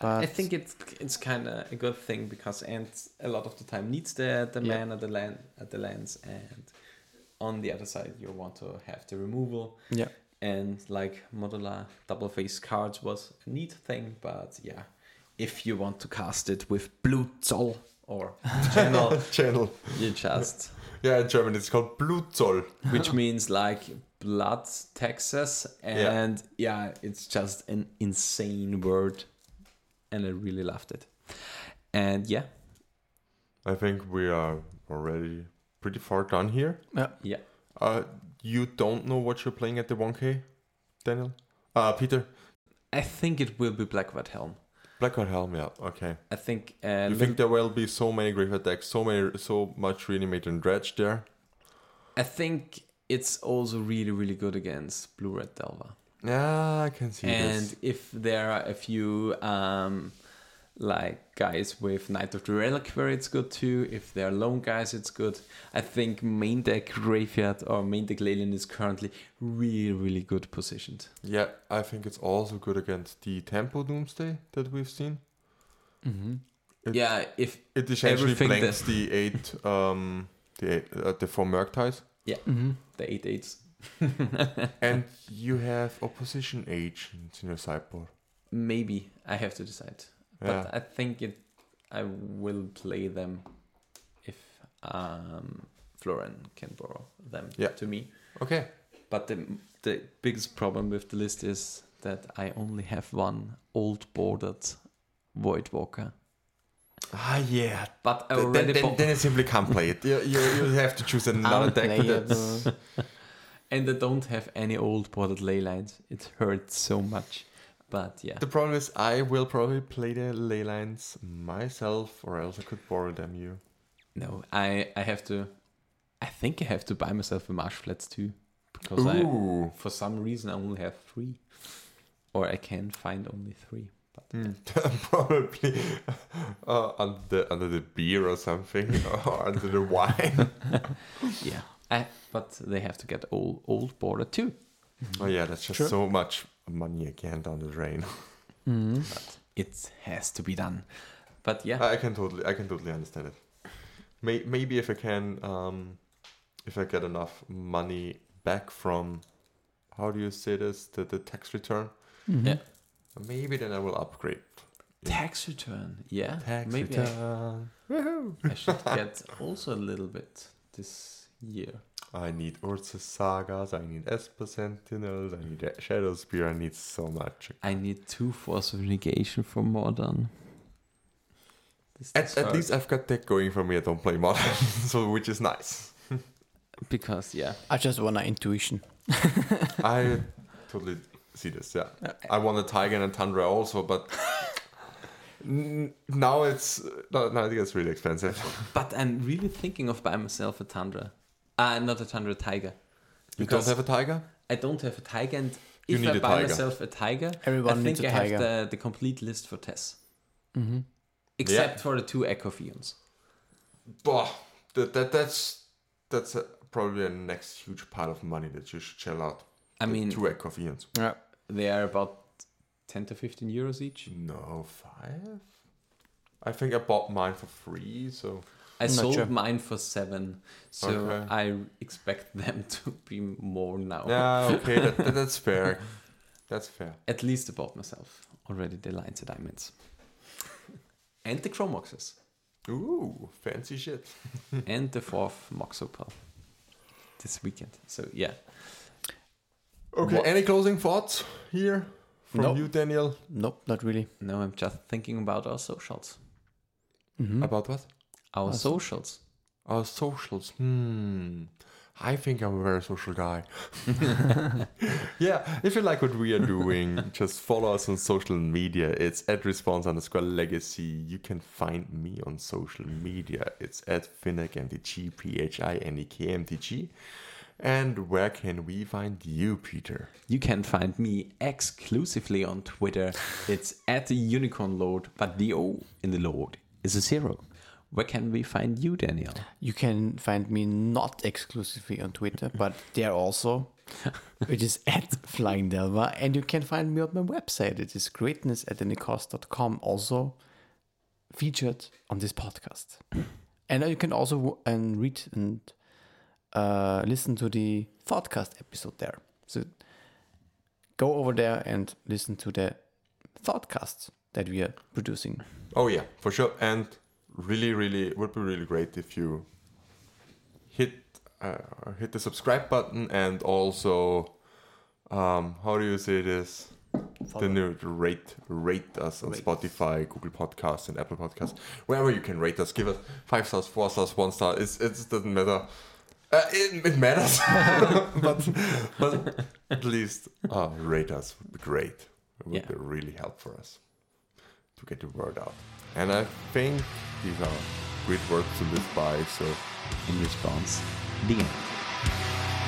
But I think it's it's kind of a good thing because ants a lot of the time needs the the Yeah. man at the land at the lands and on the other side you want to have the removal yeah, and like modular double face cards was a neat thing but yeah if you want to cast it with blue zoll or channel Channel. you just Yeah, in German it's called Blutzoll. which means like blood taxes and yeah it's just an insane word and I really loved it. And yeah, I think we are already pretty far done here. Yeah. Yeah. Uh, you don't know what you're playing at the 1K, Daniel? Uh, Peter? I think it will be Blackwood Helm. Blackwood Helm, yeah, okay. I think. Uh, you think there will be so many grief attacks, so many, so much reanimate and dredge there? I think it's also really, really good against Blue Red Delva. Yeah, I can see and this. if there are a few um, like guys with Knight of the Reliquary, it's good too. If they're lone guys, it's good. I think main deck Graveyard or main deck Leyland is currently really, really good positioned. Yeah, I think it's also good against the Tempo Doomsday that we've seen. Mm-hmm. It- yeah, if It essentially Everything blanks the eight, um, the eight, uh, the four Murktide, Mm-hmm. the eight eights. and you have opposition agents in your sideboard. Maybe I have to decide, Yeah, but I think it. I will play them if um, Florin can borrow them Yeah. to me. okay. But the the biggest problem with the list is that I only have one old bordered Void Walker. Ah, yeah. But I Th- Then, already then, bought, then you simply can't play it. You, you, you have to choose another deck. That's, Unplayable. and I don't have any old bordered ley lines. It hurts so much. But yeah, the problem is, I will probably play the ley lines myself, or else I could borrow them you. no, I I have to. I think I have to buy myself a Marsh Flats too, because I Ooh. for some reason I only have three, or I can find only three. Mm, probably uh, under the, under the beer or something, or under the wine. Yeah, I, but they have to get all old border too. oh yeah, that's just Sure. so much money again down the drain. Mm-hmm. It has to be done. But yeah, I I can totally, I can totally understand it. May, maybe if I can, um, if I get enough money back from, how do you say this, the, the tax return, Mm-hmm. Yeah. maybe then I will upgrade. Tax return, yeah. Tax Maybe I- return. I, should get also a little bit this year. I need Urza Sagas, I need Esper Sentinels, I need Shadow Spear, I need so much. I need two force of negation for modern. This At, at hard. least I've got that going for me. I don't play modern, so which is nice. because yeah, I just want an intuition. I totally see this. Yeah, I want a tiger and a tundra also, but n- now it's no, now it gets really expensive. but I'm really thinking of buying myself a tundra. Uh, not a tundra, a tiger. You Because- don't have a tiger? I don't have a tiger, and You if need I a buy tiger. myself a tiger, Everyone I needs think a I tiger. have the, the complete list for Tess, Mm-hmm. except for the two Ecophions. Bah, that, that that's that's a, probably a next huge pile of money that you should shell out. I The mean, two Ecofians. they are about ten to fifteen euros each. No, five. I think I bought mine for free, so I I'm not sold sure. mine for seven, so Okay. I expect them to be more now. yeah, okay, that, that- that's fair. That's fair. At least about myself. Already the lines and diamonds. and the Chromoxes. Ooh, fancy shit. Hmm. and the fourth Moxopal this weekend. So yeah. Okay, What- any closing thoughts here from Nope. you, Daniel? Nope, not really. No, I'm just thinking about our socials. Mm-hmm. About what? Our Awesome. socials. Our socials. Hmm. I think I'm a very social guy. yeah, if you like what we are doing, just follow us on social media. It's at response underscore legacy. You can find me on social media. It's at FinnegMTG, P H I N E K M T G. And where can we find you, Peter? You can find me exclusively on Twitter. It's at the Unicorn Lord, but the O in the Lord is a zero. Where can we find you, Daniel? You can find me not exclusively on Twitter, but there also, which is at Flying Delva. And you can find me on my website. It is greatness at anycost.com, also featured on this podcast. And you can also w- and read and uh, listen to the podcast episode there. So go over there and listen to the podcast that we are producing. Oh yeah, for sure. And really, really, would be really great if you hit uh, hit the subscribe button and also, um, how do you say this? Then you would rate rate us on Spotify, Google Podcasts, and Apple Podcasts, wherever you can rate us. Give us five stars, four stars, one star. It's, it doesn't matter. Uh, it, it matters, but but at least uh, rate us would be great. It would Yeah. be really help for us to get the word out. And I think these are great words to live by. So In response, the end.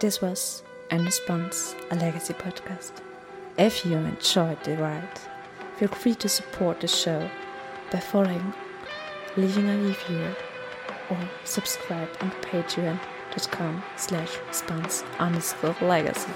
This was In Response, a Legacy podcast. If you enjoyed the ride, feel free to support the show by following, leaving a review, or subscribe on patreon.com slash response underscore legacy.